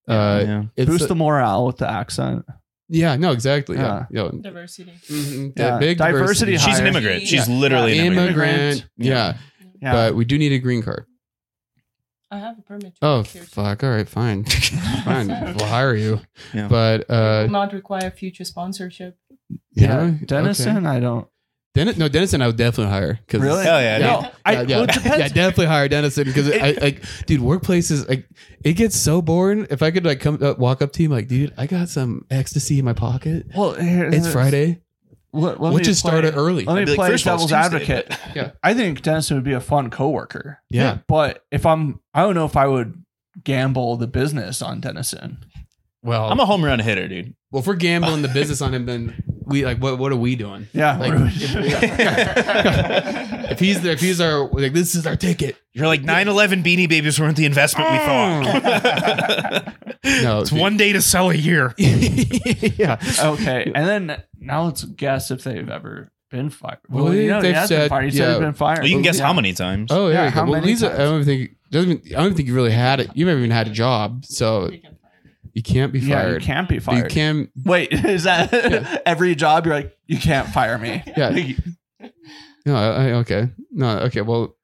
Uh,
yeah.
it's
Boost the morale with the accent.
yeah, no, exactly. Yeah,
Yeah.
yeah.
Diversity.
Mhm.
Yeah.
Big
Diversity
She's an
hire-
immigrant. She's
Yeah.
literally an immigrant.
immigrant.
Immigrant.
Yeah.
Yeah,
but we do need a green card.
I have a permit. To
Oh
work here, so
fuck! All right, fine, fine. We'll hire you.
Yeah.
But
it
uh,
will not require future sponsorship.
yeah.
yeah,
Denison,
Okay.
I don't
Dennis, no, Denison, I would definitely hire. Cause
really.
Hell yeah,
No,
dude.
I,
yeah, yeah,
well, it depends.
yeah, definitely hire Denison because I like, dude, workplaces like it gets so boring. If I could like come uh, walk up to you, I'm like, dude, I got some ecstasy in my pocket.
Well, here-
It's Friday.
Let, let
We'll
me
just
play-
start it early.
Let
I'd be
me
like,
play
first of all, it's
devil's
Tuesday,
advocate.
but-
Yeah.
I think Denison would be a fun coworker.
Yeah.
but if I'm, I don't know if I would gamble the business on Denison.
Well,
I'm a home run hitter, dude.
well, if we're gambling the business on him, then we like what what are we doing?
Yeah.
Like, if he's there, if he's our like this is our ticket.
You're like 9/11 Beanie Babies weren't the investment we
Mm.
thought.
No,
it's one day to sell a year.
yeah.
okay. And then now let's guess if they've ever been fired. Well,
Well,
you know, he
they've
has been
said-
fired. He said
yeah.
he's been fired.
Well, you can guess
Yeah.
how many times.
Oh
Yeah,
yeah.
how
well,
many
Lisa, I don't think doesn't even, I don't think you really had it. You never even had a job, so you can't be
Yeah, you
fired.
can't be
But
fired.
you can.
Wait, is that
Yeah.
every job? You're like, you can't fire me.
Yeah.
Like,
No. I, okay. No. Okay. Well. All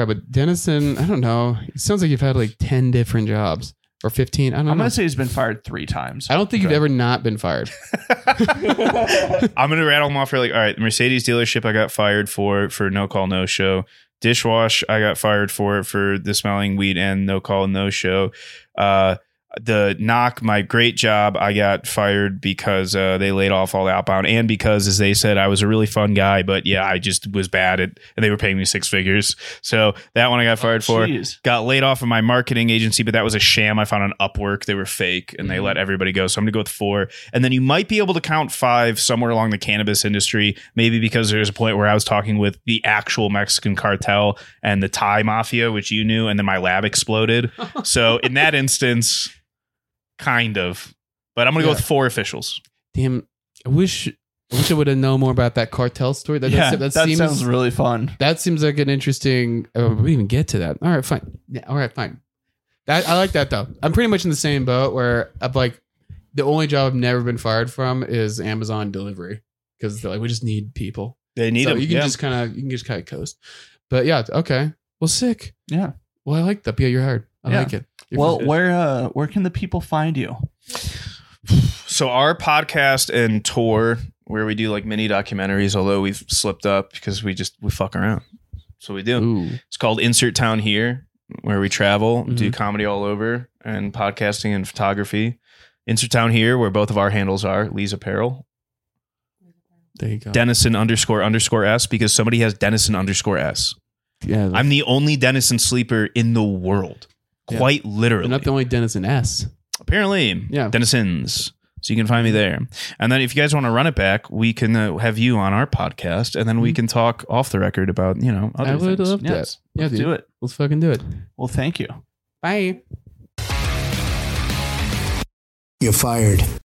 right. But Dennison, I don't know. It sounds like you've had like ten different jobs or fifteen. I don't
I'm
know.
gonna say he's been fired three times.
I don't think
Okay.
you've ever not been fired.
I'm gonna rattle them off for like, all right, Mercedes dealership I got fired for for no call no show. Dishwash I got fired for for the smelling weed and no call no show. Uh, the knock my great job I got fired because uh, they laid off all the outbound and because as they said I was a really fun guy but yeah I just was bad at and they were paying me six figures so that one I
Oh,
got fired for
Jeez.
got laid off of my marketing agency, but that was a sham. I found on Upwork they were fake and they
Mhm.
let everybody go. So I'm gonna go with four, and then you might be able to count five somewhere along the cannabis industry, maybe because there's a point where I was talking with the actual Mexican cartel and the Thai mafia, which you knew, and then my lab exploded. so in that instance, kind of, but I'm gonna
Yeah.
go with four officials.
Damn. I wish. I wish I would have known more about that cartel story. That,
yeah,
that,
that,
seems
sounds really fun.
That seems like an interesting. Oh, we didn't even get to that. All right, fine. Yeah, all right, fine. That I like that though. I'm pretty much in the same boat where I'm like, the only job I've never been fired from is Amazon delivery because they're like, we just need people.
They need
so
them.
you can
yeah.
just kind of you can just kind of coast. But yeah, okay. Well, sick.
Yeah.
Well, I like that. Yeah, you're hired. I
Yeah.
like it. You're
Well,
good.
where uh, where can the people find you?
so our podcast and tour where we do like mini documentaries although we've slipped up because we just we fuck around so we do
Ooh.
it's called insert town here where we travel do
Mhm.
comedy all over and podcasting and photography insert town here where both of our handles are lee's apparel
there you go.
dennison underscore underscore s because somebody has dennison underscore s
yeah,
i'm the only dennison sleeper in the world
Yeah.
quite
you're
literally
not the only Dennison S.
apparently
Yeah.
dennison's so you can find me there and then if you guys want to run it back we can uh, have you on our podcast and then
Mm-hmm.
we can talk off the record about you know other
I would
things.
love
Yes.
that. Yeah,
Let's
dude.
do it.
Let's fucking do it.
Well, thank you.
Bye.
You're fired.